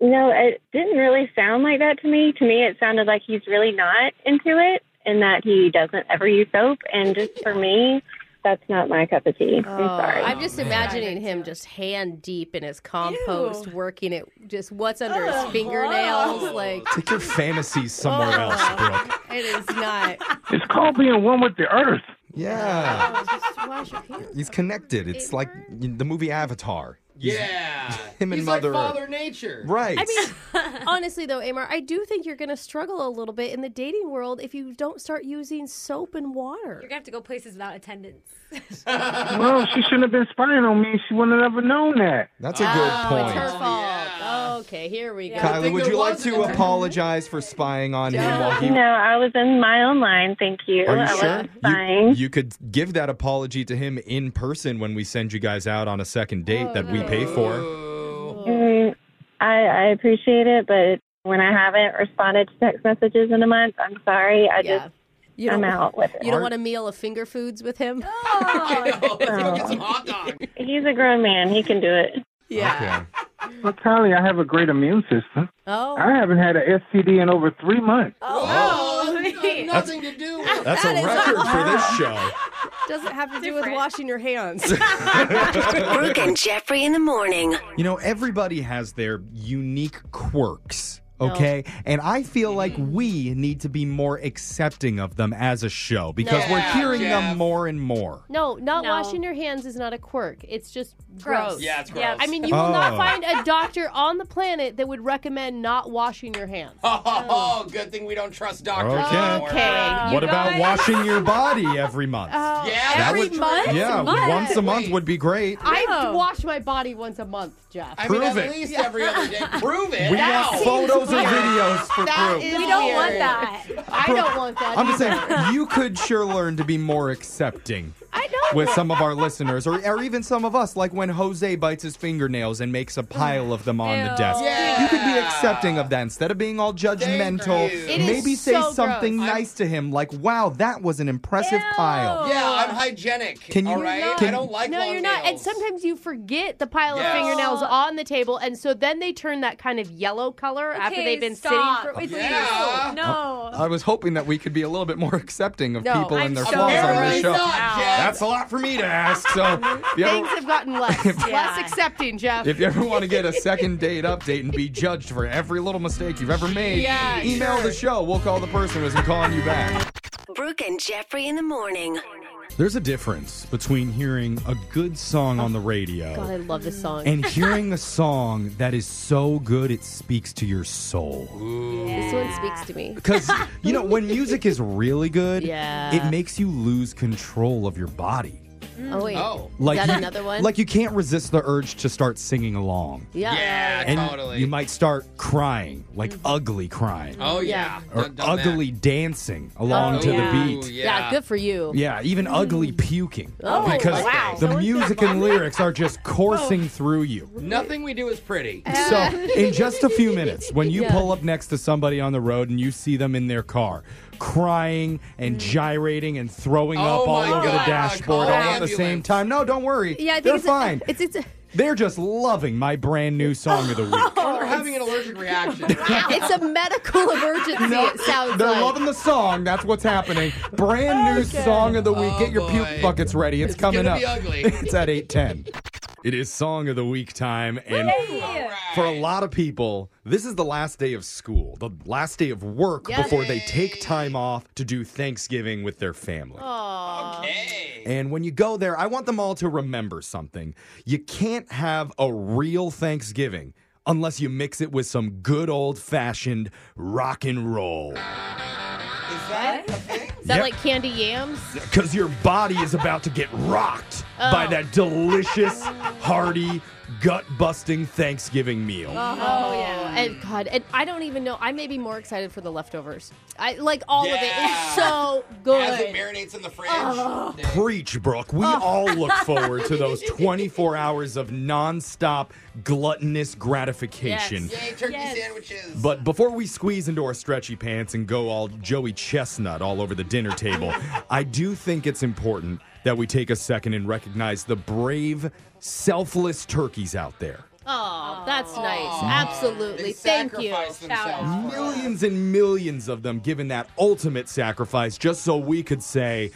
[SPEAKER 16] No, it didn't really sound like that to me. To me, it sounded like he's really not into it and that he doesn't ever use soap. And just for me, that's not my cup of tea. I'm sorry.
[SPEAKER 2] Oh, I'm just imagining him just hand deep in his compost, working it just what's under his fingernails. Like
[SPEAKER 3] Take your fantasies somewhere
[SPEAKER 6] Oh.
[SPEAKER 3] else, Brooke.
[SPEAKER 2] it is not.
[SPEAKER 13] It's called being one with the earth.
[SPEAKER 3] Yeah.
[SPEAKER 2] wash your hands.
[SPEAKER 3] He's connected. It's like the movie Avatar. He's-
[SPEAKER 6] Yeah.
[SPEAKER 3] Him and
[SPEAKER 6] He's
[SPEAKER 3] Mother
[SPEAKER 6] like
[SPEAKER 3] Earth.
[SPEAKER 6] Father Nature.
[SPEAKER 3] Right.
[SPEAKER 2] I mean, honestly though, Amar, I do think you're gonna struggle a little bit in the dating world if you don't start using soap and water.
[SPEAKER 4] You're gonna have to go places without attendance.
[SPEAKER 13] Well, she shouldn't have been spying on me. She wouldn't have ever known that.
[SPEAKER 3] That's a good
[SPEAKER 4] Oh,
[SPEAKER 3] point.
[SPEAKER 2] Oh, Her fault. Oh, Okay, here we go.
[SPEAKER 3] Kylie, would you like to uh, apologize for spying on him while he
[SPEAKER 16] no, I was in my own line. Thank you.
[SPEAKER 3] Are you
[SPEAKER 16] I
[SPEAKER 3] sure?
[SPEAKER 16] was fine.
[SPEAKER 3] You, you could give that apology to him in person when we send you guys out on a second date that we pay
[SPEAKER 6] Oh.
[SPEAKER 3] for.
[SPEAKER 16] Mm, I, I appreciate it, but when I haven't responded to text messages in a month, I'm sorry. I
[SPEAKER 2] Yeah.
[SPEAKER 16] just,
[SPEAKER 2] You
[SPEAKER 16] I'm
[SPEAKER 2] don't-
[SPEAKER 16] out with it.
[SPEAKER 2] You don't want a meal of finger foods with him?
[SPEAKER 4] Oh.
[SPEAKER 16] He's a grown man. He can do it.
[SPEAKER 2] Yeah.
[SPEAKER 13] Well, Kylie, I have a great immune system.
[SPEAKER 2] Oh.
[SPEAKER 13] I haven't had an STD in over three months.
[SPEAKER 3] Oh.
[SPEAKER 6] That's nothing to do with
[SPEAKER 3] That's
[SPEAKER 2] That
[SPEAKER 3] a
[SPEAKER 2] is
[SPEAKER 3] record for this
[SPEAKER 2] awesome.
[SPEAKER 3] show.
[SPEAKER 2] Doesn't have to do with washing your hands.
[SPEAKER 8] Brooke and Jeffrey in the morning.
[SPEAKER 3] You know, everybody has their unique quirks. Okay. And I feel like
[SPEAKER 2] Mm-hmm.
[SPEAKER 3] we need to be more accepting of them as a show because
[SPEAKER 2] No.
[SPEAKER 3] we're
[SPEAKER 2] Yeah,
[SPEAKER 3] hearing
[SPEAKER 2] Jeff.
[SPEAKER 3] them more and more.
[SPEAKER 2] No, not
[SPEAKER 4] No.
[SPEAKER 2] washing your hands is not a quirk. It's just
[SPEAKER 4] Gross.
[SPEAKER 2] gross.
[SPEAKER 4] Yeah, it's gross. Yeah.
[SPEAKER 2] I mean, you will not
[SPEAKER 3] Oh.
[SPEAKER 2] find a doctor on the planet that would recommend not washing your hands.
[SPEAKER 6] Oh, oh, good thing we don't trust doctors
[SPEAKER 3] Okay.
[SPEAKER 6] anymore.
[SPEAKER 2] Okay,
[SPEAKER 3] what
[SPEAKER 2] you
[SPEAKER 3] about
[SPEAKER 2] guys.
[SPEAKER 3] washing your body every month?
[SPEAKER 2] Oh,
[SPEAKER 6] Yeah,
[SPEAKER 3] That
[SPEAKER 2] every
[SPEAKER 3] would-
[SPEAKER 2] month?
[SPEAKER 3] Yeah,
[SPEAKER 2] Month?
[SPEAKER 3] once a month would be great.
[SPEAKER 2] I wash my body once a month, Jeff.
[SPEAKER 6] I mean,
[SPEAKER 3] Prove
[SPEAKER 6] at
[SPEAKER 3] it.
[SPEAKER 6] least every other day. Prove it.
[SPEAKER 3] We
[SPEAKER 6] now.
[SPEAKER 3] want photos lots of videos for
[SPEAKER 10] That
[SPEAKER 3] proof.
[SPEAKER 10] is
[SPEAKER 4] We don't
[SPEAKER 10] weird.
[SPEAKER 4] want that.
[SPEAKER 10] I don't want that.
[SPEAKER 3] I'm just saying,
[SPEAKER 10] either.
[SPEAKER 3] you could sure learn to be more accepting
[SPEAKER 10] I
[SPEAKER 3] with some of our listeners, or, or even some of us, like when Jose bites his fingernails and makes a pile of them on the
[SPEAKER 10] Ew.
[SPEAKER 3] desk. You could be accepting of that instead of being all judgmental.
[SPEAKER 6] Thank you. It is
[SPEAKER 3] Maybe say
[SPEAKER 6] so gross.
[SPEAKER 3] something
[SPEAKER 6] I'm-
[SPEAKER 3] nice to him, like, wow, that was an impressive pile.
[SPEAKER 6] Yeah, I'm hygienic.
[SPEAKER 3] Can you-
[SPEAKER 6] all right?
[SPEAKER 3] can-
[SPEAKER 6] I don't like
[SPEAKER 2] no,
[SPEAKER 6] long
[SPEAKER 2] you're not.
[SPEAKER 6] nails.
[SPEAKER 2] And sometimes you forget the pile
[SPEAKER 6] Yes.
[SPEAKER 2] of fingernails on the table, and so then they turn that kind of yellow color after
[SPEAKER 4] Okay,
[SPEAKER 2] they've been
[SPEAKER 4] stop.
[SPEAKER 2] sitting for. It's
[SPEAKER 4] Yeah.
[SPEAKER 2] ew.
[SPEAKER 4] No.
[SPEAKER 3] I was hoping that we could be a little bit more accepting of
[SPEAKER 2] No,
[SPEAKER 3] people
[SPEAKER 2] I'm
[SPEAKER 3] and their
[SPEAKER 2] so
[SPEAKER 3] flaws on
[SPEAKER 2] sorry.
[SPEAKER 3] this show.
[SPEAKER 2] Not, Jeff.
[SPEAKER 3] That's a lot for me to ask. So, if you ever-
[SPEAKER 2] Things have gotten less, less accepting, Jeff.
[SPEAKER 3] If you ever want to get a second date update and be judged for every little mistake you've ever made,
[SPEAKER 8] Yeah,
[SPEAKER 3] email
[SPEAKER 8] sure.
[SPEAKER 3] the show. We'll call the person who's calling you back.
[SPEAKER 8] Brooke and Jeffrey in the morning.
[SPEAKER 3] There's a difference between hearing a good song on the radio
[SPEAKER 2] God, I love this song.
[SPEAKER 3] and hearing a song that is so good it speaks to your soul.
[SPEAKER 17] This one speaks to me.
[SPEAKER 3] Because, you know, when music is really good,
[SPEAKER 17] Yeah.
[SPEAKER 3] it makes you lose control of your body.
[SPEAKER 17] Oh wait. Is
[SPEAKER 3] you-
[SPEAKER 17] that another one?
[SPEAKER 3] Like you can't resist the urge to start singing along.
[SPEAKER 17] Yeah. Yeah,
[SPEAKER 3] and
[SPEAKER 17] totally.
[SPEAKER 3] You might start crying, like ugly crying.
[SPEAKER 6] Oh, yeah.
[SPEAKER 3] Or
[SPEAKER 6] Done- done that.
[SPEAKER 3] ugly dancing along
[SPEAKER 6] Oh,
[SPEAKER 3] to
[SPEAKER 6] yeah.
[SPEAKER 3] the beat.
[SPEAKER 6] Ooh, yeah. Yeah, good
[SPEAKER 17] for you.
[SPEAKER 3] Yeah, even ugly puking.
[SPEAKER 6] Oh,
[SPEAKER 3] because
[SPEAKER 6] wow.
[SPEAKER 3] the music and lyrics are just coursing through you.
[SPEAKER 6] Nothing we do is pretty.
[SPEAKER 3] So, in just a few minutes, when you
[SPEAKER 6] Yeah.
[SPEAKER 3] pull up next to somebody on the road and you see them in their car crying and gyrating and throwing up
[SPEAKER 10] Oh
[SPEAKER 3] all
[SPEAKER 10] my
[SPEAKER 3] over the
[SPEAKER 10] God. Call
[SPEAKER 3] dashboard all
[SPEAKER 10] an
[SPEAKER 3] at the
[SPEAKER 10] ambulance.
[SPEAKER 3] same time, no, don't worry.
[SPEAKER 10] Yeah, I think
[SPEAKER 3] They're
[SPEAKER 10] it's a-
[SPEAKER 3] fine.
[SPEAKER 2] it's, it's,
[SPEAKER 3] They're just loving my brand new song of the week.
[SPEAKER 6] We're having an allergic reaction.
[SPEAKER 17] it's a medical emergency. it sounds
[SPEAKER 3] They're
[SPEAKER 17] like.
[SPEAKER 3] loving the song. That's what's happening. Brand new song of the week. Get your puke buckets ready. It's, coming
[SPEAKER 6] Oh, gonna
[SPEAKER 3] up.
[SPEAKER 6] be ugly.
[SPEAKER 3] it's at eight ten. It is song of the week time, and for a lot of people, this is the last day of school, the last day of work
[SPEAKER 10] Yes.
[SPEAKER 3] before they take time off to do Thanksgiving with their family.
[SPEAKER 10] Okay.
[SPEAKER 3] And when you go there, I want them all to remember something. You can't have a real Thanksgiving unless you mix it with some good old fashioned rock and roll.
[SPEAKER 17] Is that
[SPEAKER 3] Yep.
[SPEAKER 17] like candy yams?
[SPEAKER 3] Because your body is about to get rocked
[SPEAKER 17] Oh.
[SPEAKER 3] by that delicious, hearty, gut busting Thanksgiving meal.
[SPEAKER 17] Oh, yeah.
[SPEAKER 2] And God, and I don't even know. I may be more excited for the leftovers. I like all of it.
[SPEAKER 6] Yeah.
[SPEAKER 2] It's so good.
[SPEAKER 6] As it marinates in the fridge.
[SPEAKER 17] Ah.
[SPEAKER 3] Preach, Brooke. We all look forward to those 24 hours of nonstop gluttonous gratification.
[SPEAKER 6] Yay, turkey sandwiches.
[SPEAKER 3] But before we squeeze into our stretchy pants and go all Joey Chestnut all over the dinner table, I do think it's important that we take a second and recognize the brave, selfless turkeys out there.
[SPEAKER 17] Oh, that's nice. Absolutely. Thank you.
[SPEAKER 3] Millions and millions of them giving that ultimate sacrifice just so we could say,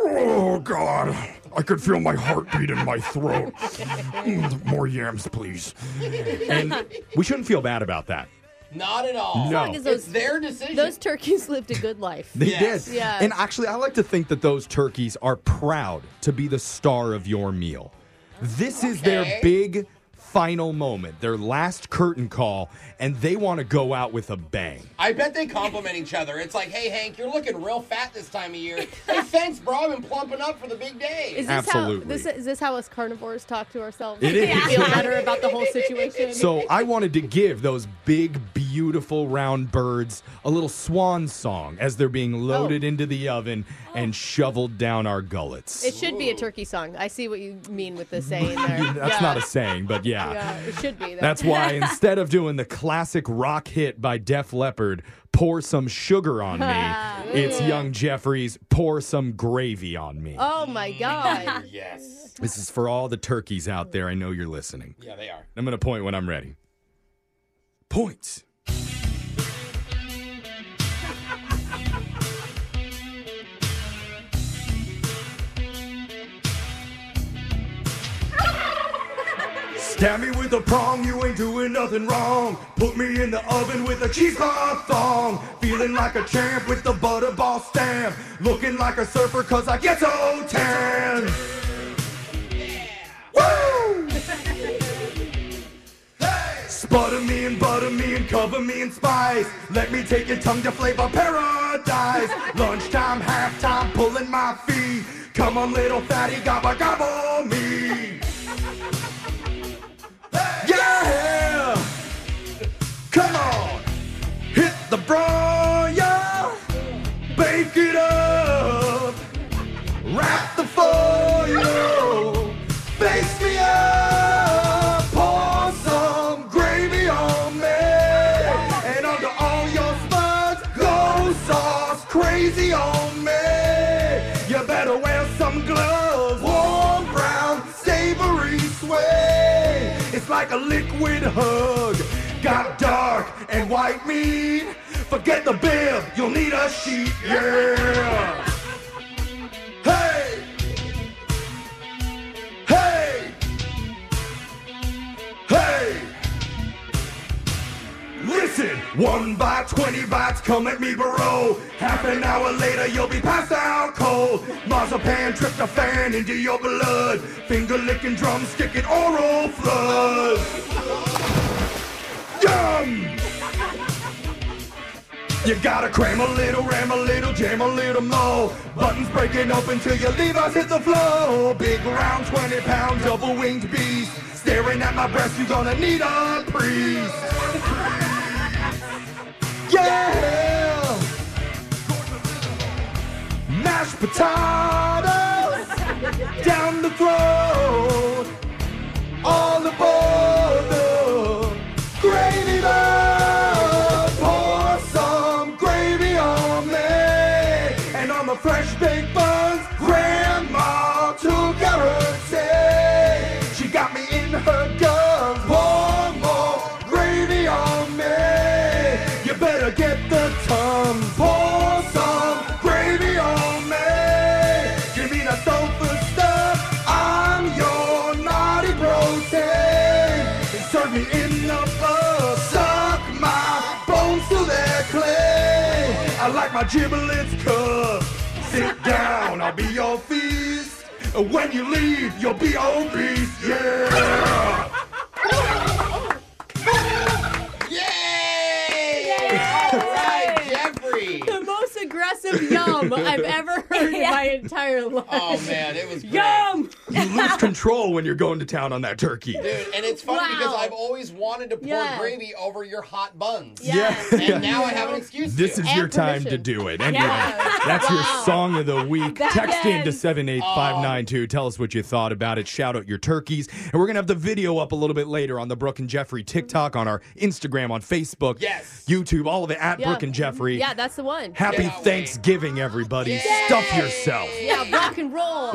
[SPEAKER 5] Oh, God. I could feel my heartbeat in my throat. Mm, More yams, please.
[SPEAKER 3] and we shouldn't feel bad about that.
[SPEAKER 6] Not at all.
[SPEAKER 3] No. It's
[SPEAKER 6] their decision.
[SPEAKER 17] Those turkeys lived a good life.
[SPEAKER 3] They did.
[SPEAKER 17] Yeah.
[SPEAKER 3] And actually, I like to think that those turkeys are proud to be the star of your meal. This is their
[SPEAKER 10] Okay.
[SPEAKER 3] big final moment, their last curtain call, and they want to go out with a bang.
[SPEAKER 6] I bet they compliment each other. It's like, hey, Hank, you're looking real fat this time of year. hey, thanks, bro. I've been plumping up for the big day.
[SPEAKER 2] Is this
[SPEAKER 3] Absolutely.
[SPEAKER 2] How, this, is this how us carnivores talk to ourselves?
[SPEAKER 3] It is.
[SPEAKER 2] We feel better about the whole situation.
[SPEAKER 3] So I wanted to give those big, beautiful round birds a little swan song as they're being loaded into the oven and shoveled down our gullets.
[SPEAKER 17] It should be a turkey song. I see what you mean with the saying there.
[SPEAKER 3] That's
[SPEAKER 17] Yeah.
[SPEAKER 3] not a saying, but yeah.
[SPEAKER 17] Yeah, it should be. though.
[SPEAKER 3] That's why instead of doing the classic rock hit by Def Leppard, Pour Some Sugar on Me, it's Young Jeffries, Pour Some Gravy on Me.
[SPEAKER 17] oh my god.
[SPEAKER 6] yes.
[SPEAKER 3] This is for all the turkeys out there. I know you're listening.
[SPEAKER 6] Yeah, they are.
[SPEAKER 3] I'm going to point when I'm ready. Point.
[SPEAKER 5] Stab me with a prong, you ain't doing nothing wrong. Put me in the oven with a cheesecloth thong. Feeling like a champ with the butterball stamp. Looking like a surfer cause I get so tan. Woo! Sputter me and butter me and cover me in spice. Let me take your tongue to flavor paradise. Lunchtime, halftime, pulling my feet. Come on, little fatty, gobble, gobble me. Yeah! Come on! the broil, bake it up, wrap the foil, baste me up, pour some gravy on me, and under all your spuds, go sauce crazy on me. You better wear some gloves, warm brown, savory sway. It's like a liquid hug, got dark and white meat. Forget the bib, you'll need a sheet, yeah. Hey! Hey! Hey! Listen, one bite, twenty bites, come at me, bro. Half an hour later, you'll be passed out cold. Marzipan tripped a fan into your blood. Finger licking, drum sticking, oral flood. Yum! You gotta cram a little, ram a little, jam a little more. Buttons breaking up until your levers hit the floor. Big round 20 pound double winged beast. Staring at my breast, you're gonna need a priest. Yeah! Mashed potatoes down the throat. All aboard the gravy boat. Pour some gravy on me. And on the fresh baked buns, Grandma took out her taste. She got me in her guns. Pour more gravy on me. You better get the tongue. Pour some gravy on me. Give me the sofa stuff. I'm your naughty protein. Serve me in the bus. Suck my bones to their clay. I like my giblets cut. Sit down, I'll be your feast. When you leave, you'll be obese. Yeah.
[SPEAKER 6] All right, Jeffrey.
[SPEAKER 4] The most aggressive yum I've ever heard in my entire life.
[SPEAKER 6] Oh man, it was great.
[SPEAKER 4] Yum!
[SPEAKER 5] You lose control when you're going to town on that turkey.
[SPEAKER 6] Dude, and it's funny because
[SPEAKER 4] Wow.
[SPEAKER 6] I've always wanted to pour
[SPEAKER 4] Yeah.
[SPEAKER 6] gravy over your hot buns.
[SPEAKER 5] Yeah.
[SPEAKER 6] And now I have an excuse.
[SPEAKER 5] This
[SPEAKER 6] to.
[SPEAKER 5] is your time to
[SPEAKER 4] permission.
[SPEAKER 5] do it. Anyway,
[SPEAKER 4] Yeah.
[SPEAKER 5] that's your song of the week.
[SPEAKER 4] That
[SPEAKER 5] Text in to
[SPEAKER 4] is-
[SPEAKER 5] 78592. Tell us what you thought about it. Shout out your turkeys. And we're going to have the video up a little bit later on the Brooke and Jeffrey TikTok, on our Instagram, on Facebook, yes. YouTube, all of it at Brooke and Jeffrey.
[SPEAKER 4] Yeah, that's the one.
[SPEAKER 5] Happy Thanksgiving, everybody. Stuff yourself.
[SPEAKER 4] Yeah, rock and roll.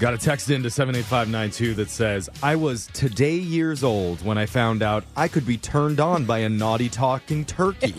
[SPEAKER 3] Got a text into 78592 that says, I was today years old when I found out I could be turned on by a naughty talking turkey.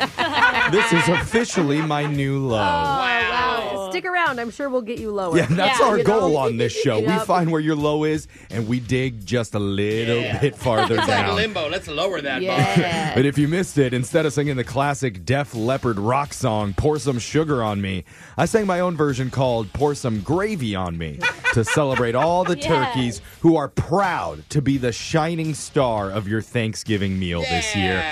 [SPEAKER 3] this is officially my new
[SPEAKER 2] Oh,
[SPEAKER 3] low.
[SPEAKER 18] wow. Stick around. I'm sure we'll get you lower.
[SPEAKER 3] Yeah, that's our
[SPEAKER 18] You know?
[SPEAKER 3] goal on this show. We
[SPEAKER 18] Yep.
[SPEAKER 3] find where your low is and we dig just a little bit farther
[SPEAKER 6] it's like
[SPEAKER 3] down.
[SPEAKER 6] limbo. Let's lower that bar.
[SPEAKER 3] But if you missed it, instead of singing the classic Def Leppard rock song, Pour Some Sugar on Me, I sang my own version called Pour Some Gravy on Me to celebrate all the
[SPEAKER 19] Yes.
[SPEAKER 3] turkeys who are proud to be the shining star of your Thanksgiving meal this year.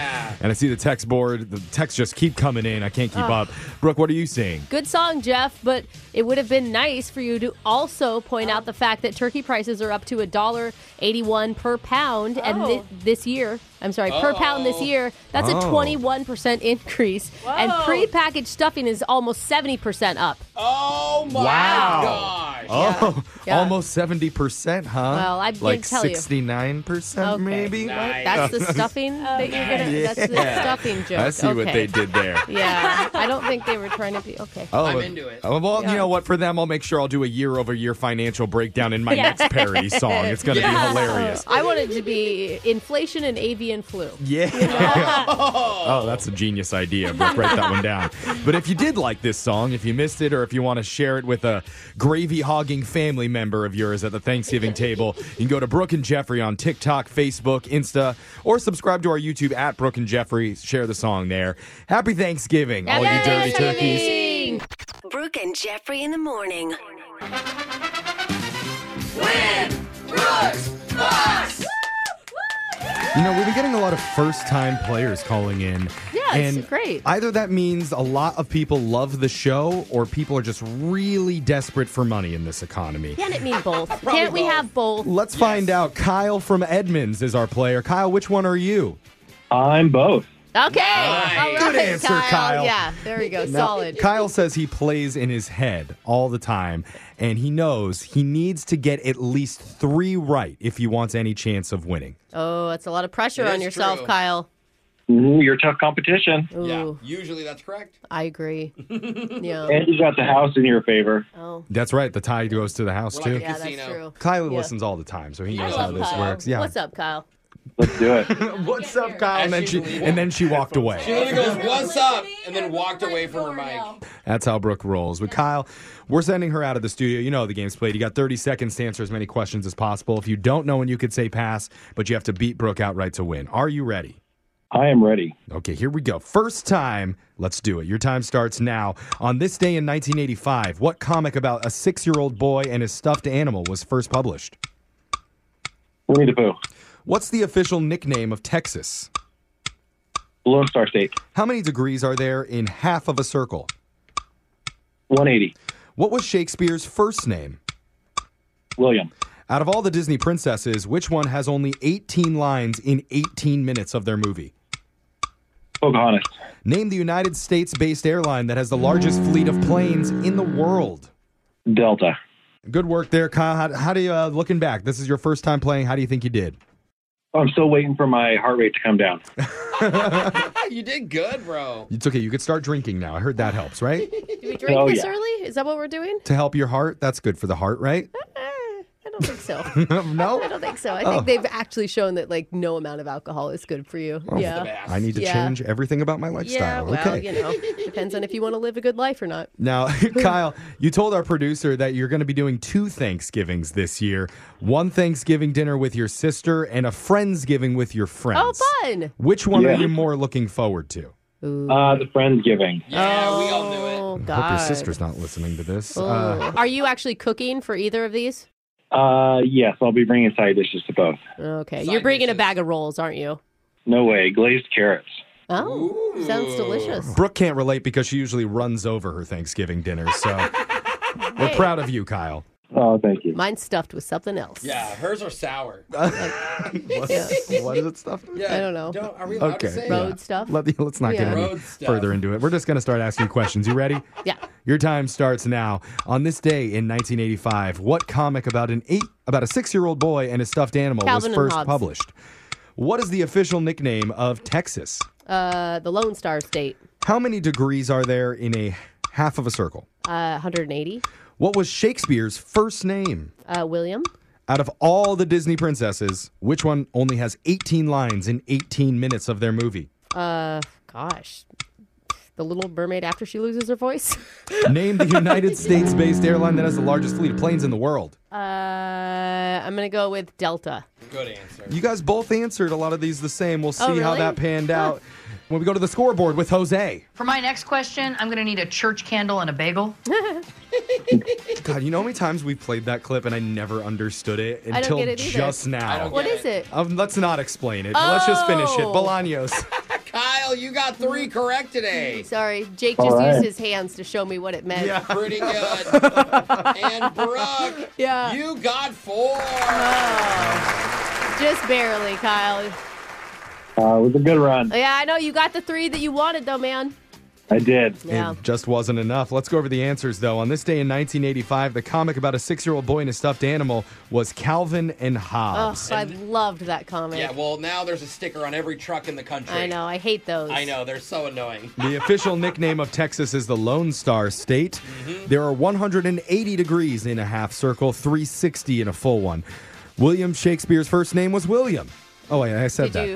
[SPEAKER 3] And I see the text board, the texts just keep coming in. I can't keep
[SPEAKER 2] Ugh.
[SPEAKER 3] up. Brooke, what are you seeing?
[SPEAKER 2] Good song, Jeff, but it would have been nice for you to also point out the fact that turkey prices are up to a dollar eighty-one per pound, and
[SPEAKER 18] Oh.
[SPEAKER 2] thi- this year, I'm sorry, per pound this
[SPEAKER 4] Uh-oh.
[SPEAKER 2] year, that's a
[SPEAKER 4] Oh.
[SPEAKER 2] twenty-one percent increase, and
[SPEAKER 4] Whoa.
[SPEAKER 2] prepackaged stuffing is almost seventy percent up.
[SPEAKER 6] Oh my
[SPEAKER 3] Wow. Oh,
[SPEAKER 2] Yeah.
[SPEAKER 3] almost 70%, huh?
[SPEAKER 2] Well, I didn't
[SPEAKER 3] like
[SPEAKER 2] tell you.
[SPEAKER 3] 69% maybe?
[SPEAKER 2] Well, that's the stuffing that you're gonna. That's the
[SPEAKER 3] Oh, Yeah.
[SPEAKER 2] stuffing joke.
[SPEAKER 3] I see what
[SPEAKER 2] Okay.
[SPEAKER 3] they did there.
[SPEAKER 2] Yeah, I don't think they were trying to be okay.
[SPEAKER 3] oh, Well,
[SPEAKER 2] Yeah.
[SPEAKER 3] you know what? For them, I'll make sure I'll do a year over year financial breakdown in my
[SPEAKER 2] Yeah.
[SPEAKER 3] next parody song. It's going to
[SPEAKER 2] Yeah.
[SPEAKER 3] be hilarious.
[SPEAKER 2] I want it to be inflation and avian flu.
[SPEAKER 3] Yeah. oh, that's a genius idea. Brooke. Write that one down. But if you did like this song, if you missed it, or if you want to share it with a gravy hogging family member of yours at the Thanksgiving table, you can go to Brooke and Jeffrey on TikTok, Facebook, Insta, or subscribe to our YouTube at Brooke and Jeffrey. Share the song there. Happy Thanksgiving, all you dirty turkeys.
[SPEAKER 8] Brooke and Jeffrey in the morning.
[SPEAKER 18] Win, Brooks, Fox.
[SPEAKER 3] You know, we've been getting a lot of first time players calling in.
[SPEAKER 4] Yeah, it's
[SPEAKER 3] and
[SPEAKER 4] great.
[SPEAKER 3] Either that means a lot of people love the show or people are just really desperate for money in this economy.
[SPEAKER 4] Can it mean both? Can't we have both?
[SPEAKER 3] Let's find out. Kyle from Edmonds is our player. Kyle, which one are you?
[SPEAKER 7] I'm both.
[SPEAKER 2] Okay. All right,
[SPEAKER 3] Good answer, Kyle.
[SPEAKER 2] Yeah, there we go.
[SPEAKER 3] Now,
[SPEAKER 2] Solid.
[SPEAKER 3] Kyle says he plays in his head all the time, and he knows he needs to get at least three right if he wants any chance of winning.
[SPEAKER 2] Oh, that's a lot of pressure
[SPEAKER 3] It
[SPEAKER 2] on
[SPEAKER 3] is
[SPEAKER 2] yourself,
[SPEAKER 3] true.
[SPEAKER 2] Kyle.
[SPEAKER 7] You're tough competition.
[SPEAKER 2] Yeah.
[SPEAKER 6] Usually that's correct.
[SPEAKER 2] I agree. yeah.
[SPEAKER 7] And you got the house in your favor.
[SPEAKER 2] Oh.
[SPEAKER 3] That's right. The tie goes to the house,
[SPEAKER 2] We're
[SPEAKER 3] too.
[SPEAKER 2] like a Yeah, that's casino. true.
[SPEAKER 3] Kyle
[SPEAKER 2] Yeah.
[SPEAKER 3] listens all the time, so he
[SPEAKER 2] I
[SPEAKER 3] knows how
[SPEAKER 2] love
[SPEAKER 3] this
[SPEAKER 2] Kyle.
[SPEAKER 3] works. Yeah.
[SPEAKER 2] What's up, Kyle?
[SPEAKER 7] Let's do it.
[SPEAKER 3] What's up, Kyle? And then she, and then she walked away.
[SPEAKER 6] She literally goes, "What's up?" and then walked away from her mic.
[SPEAKER 3] That's how Brooke rolls. With Kyle, we're sending her out of the studio. You know how the game's played. You got 30 seconds to answer as many questions as possible. If you don't know when you could say pass, but you have to beat Brooke outright to win. Are you ready?
[SPEAKER 7] I am ready.
[SPEAKER 3] Okay, here we go. First time, let's do it. Your time starts now. On this day in 1985, what comic about a six year old boy and his stuffed animal was first published?
[SPEAKER 7] Winnie the Pooh.
[SPEAKER 3] What's the official nickname of Texas?
[SPEAKER 7] Lone Star State.
[SPEAKER 3] How many degrees are there in half of a circle?
[SPEAKER 7] 180.
[SPEAKER 3] What was Shakespeare's first name?
[SPEAKER 7] William.
[SPEAKER 3] Out of all the Disney princesses, which one has only 18 lines in 18 minutes of their movie?
[SPEAKER 7] Pocahontas.
[SPEAKER 3] Name the United States based airline that has the largest fleet of planes in the world.
[SPEAKER 7] Delta.
[SPEAKER 3] Good work there, Kyle. How, how do you, uh, looking back, this is your first time playing. How do you think you did?
[SPEAKER 7] I'm still waiting for my heart rate to come down.
[SPEAKER 6] you did good, bro.
[SPEAKER 3] It's okay. You could start drinking now. I heard that helps, right?
[SPEAKER 2] Do we drink
[SPEAKER 3] Oh,
[SPEAKER 2] this
[SPEAKER 3] yeah.
[SPEAKER 2] early? Is that what we're doing?
[SPEAKER 3] to help your heart. That's good for the heart, right?
[SPEAKER 2] I don't think so.
[SPEAKER 3] no?
[SPEAKER 2] I don't think so. I
[SPEAKER 3] Oh.
[SPEAKER 2] think they've actually shown that like no amount of alcohol is good for you.
[SPEAKER 3] Oh,
[SPEAKER 2] yeah.
[SPEAKER 3] I need to
[SPEAKER 2] Yeah.
[SPEAKER 3] change everything about my lifestyle.
[SPEAKER 2] Yeah, well,
[SPEAKER 3] okay.
[SPEAKER 2] you know, depends on if you want to live a good life or not.
[SPEAKER 3] Now, Kyle, you told our producer that you're going to be doing two Thanksgivings this year one Thanksgiving dinner with your sister and a Friendsgiving with your friends.
[SPEAKER 2] Oh, fun!
[SPEAKER 3] Which one
[SPEAKER 2] Yeah.
[SPEAKER 3] are you more looking forward to?
[SPEAKER 7] Uh, the Friendsgiving.
[SPEAKER 6] Yeah,
[SPEAKER 2] we all knew it.
[SPEAKER 3] I hope
[SPEAKER 2] Oh, God.
[SPEAKER 3] your sister's not listening to this.
[SPEAKER 2] Oh.
[SPEAKER 3] Uh,
[SPEAKER 2] Are you actually cooking for either of these?
[SPEAKER 7] Uh, yes, I'll be bringing side dishes to both.
[SPEAKER 2] Okay, you're bringing a bag of rolls, aren't you?
[SPEAKER 7] No way. Glazed carrots.
[SPEAKER 2] Oh, sounds delicious.
[SPEAKER 3] Brooke can't relate because she usually runs over her Thanksgiving dinner. So we're
[SPEAKER 2] Hey.
[SPEAKER 3] proud of you, Kyle.
[SPEAKER 7] Oh, thank you.
[SPEAKER 2] Mine's stuffed with something else.
[SPEAKER 6] Yeah, hers are sour.
[SPEAKER 3] what is it stuffed?
[SPEAKER 2] I don't know.
[SPEAKER 6] are we allowed
[SPEAKER 3] Okay.
[SPEAKER 6] to say
[SPEAKER 3] yeah.
[SPEAKER 6] that?
[SPEAKER 3] Let, us not
[SPEAKER 6] Yeah.
[SPEAKER 3] get any
[SPEAKER 6] Road stuff.
[SPEAKER 3] further into it. We're just going to start asking questions. You ready?
[SPEAKER 2] Yeah.
[SPEAKER 3] Your time starts now. On this day in 1985, what comic about an eight about a six-year-old boy and a stuffed animal
[SPEAKER 2] Calvin
[SPEAKER 3] was
[SPEAKER 2] and
[SPEAKER 3] first
[SPEAKER 2] Hobbes.
[SPEAKER 3] published? What is the official nickname of Texas?
[SPEAKER 2] Uh, the Lone Star State,
[SPEAKER 3] How many degrees are there in a half of a circle?
[SPEAKER 2] uh, 180.
[SPEAKER 3] What was Shakespeare's first name?
[SPEAKER 2] Uh, William,
[SPEAKER 3] Out of all the Disney princesses, which one only has 18 lines in 18 minutes of their movie?
[SPEAKER 2] uh, gosh, the Little Mermaid after she loses her voice.
[SPEAKER 3] Name the United States based airline that has the largest fleet of planes in the world.
[SPEAKER 2] Uh, I'm gonna go with Delta.
[SPEAKER 6] Good answer.
[SPEAKER 3] You guys both answered a lot of these the same. We'll see
[SPEAKER 2] Oh,
[SPEAKER 3] how
[SPEAKER 2] really?
[SPEAKER 3] that panned out when we go to the scoreboard with Jose.
[SPEAKER 20] For my next question, I'm going to need a church candle and a bagel.
[SPEAKER 3] God, you know how many times we played that clip and I never understood it
[SPEAKER 2] I don't
[SPEAKER 3] until
[SPEAKER 2] get it either.
[SPEAKER 3] just now.
[SPEAKER 2] I don't What get is it. it?
[SPEAKER 3] Um, let's not explain it. Let's just finish it.
[SPEAKER 2] Oh.
[SPEAKER 3] Bolaños.
[SPEAKER 6] Uh, Kyle, you got three correct today.
[SPEAKER 2] Mm. Sorry, Jake
[SPEAKER 3] All
[SPEAKER 2] just used
[SPEAKER 3] right.
[SPEAKER 2] his hands to show me what it meant.
[SPEAKER 3] Yeah.
[SPEAKER 6] Pretty good. and Brooke,
[SPEAKER 2] Yeah.
[SPEAKER 6] you got four.
[SPEAKER 2] Oh. Just barely, Kyle. Oh,
[SPEAKER 7] Uh, it was a good run.
[SPEAKER 2] Yeah, I know you got the three that you wanted, though, man.
[SPEAKER 7] I did.
[SPEAKER 2] Yeah.
[SPEAKER 3] It just wasn't enough. Let's go over the answers, though. On this day in 1985, the comic about a six year old boy and a stuffed animal was Calvin and
[SPEAKER 2] Oh,
[SPEAKER 3] Hobbes.
[SPEAKER 2] I loved that comment.
[SPEAKER 6] Yeah, well, now there's a sticker on every truck in the country.
[SPEAKER 2] I know. I hate those.
[SPEAKER 6] I know, they're so annoying.
[SPEAKER 3] The official nickname of Texas is the Lone Star State.
[SPEAKER 2] Mm-hmm.
[SPEAKER 3] There are 180 degrees in a half circle, 360 in a full one. William Shakespeare's first name was William. Oh, wait, I said
[SPEAKER 2] Did
[SPEAKER 3] that.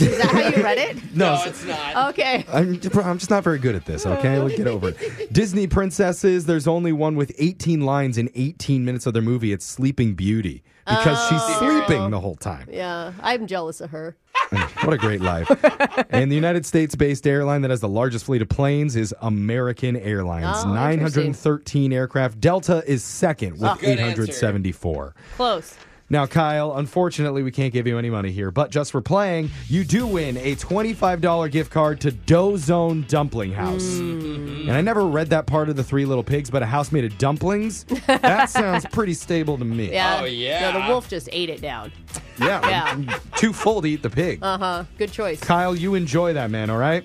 [SPEAKER 2] you? Is that how you read it?
[SPEAKER 3] No, No, it's
[SPEAKER 6] not.
[SPEAKER 2] Okay.
[SPEAKER 3] I'm, I'm just not very good at this, okay? We'll get over it. Disney princesses, there's only one with 18 lines in 18 minutes of their movie. It's Sleeping Beauty because she's sleeping the whole time.
[SPEAKER 2] Yeah, I'm jealous of her.
[SPEAKER 3] What a great life. and the United States based airline that has the largest fleet of planes is American Airlines.
[SPEAKER 2] Oh,
[SPEAKER 3] 913 aircraft. Delta is second with
[SPEAKER 2] Oh. Good answer.
[SPEAKER 3] 874.
[SPEAKER 2] Close.
[SPEAKER 3] Now, Kyle, unfortunately, we can't give you any money here, but just for playing, you do win a $25 gift card to Dozone Dumpling House.
[SPEAKER 2] Mm-hmm.
[SPEAKER 3] And I never read that part of the Three Little Pigs, but a house made of dumplings? that sounds pretty stable to me.
[SPEAKER 2] Oh, Yeah. No, the wolf just ate it down.
[SPEAKER 3] Yeah. Too full to eat the pig.
[SPEAKER 2] Uh huh. Good choice.
[SPEAKER 3] Kyle, you enjoy that, man, all right?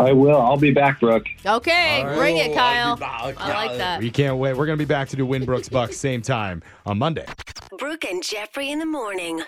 [SPEAKER 21] I will. I'll be back, Brooke.
[SPEAKER 2] Okay,
[SPEAKER 3] All right.
[SPEAKER 2] bring
[SPEAKER 3] Oh,
[SPEAKER 2] it,
[SPEAKER 3] I'll
[SPEAKER 2] Kyle.
[SPEAKER 3] be
[SPEAKER 2] I
[SPEAKER 3] back,
[SPEAKER 2] like that.
[SPEAKER 3] We can't wait. We're going to be back to do Winbrook's Bucks same time on Monday.
[SPEAKER 8] Brooke and Jeffrey in the morning.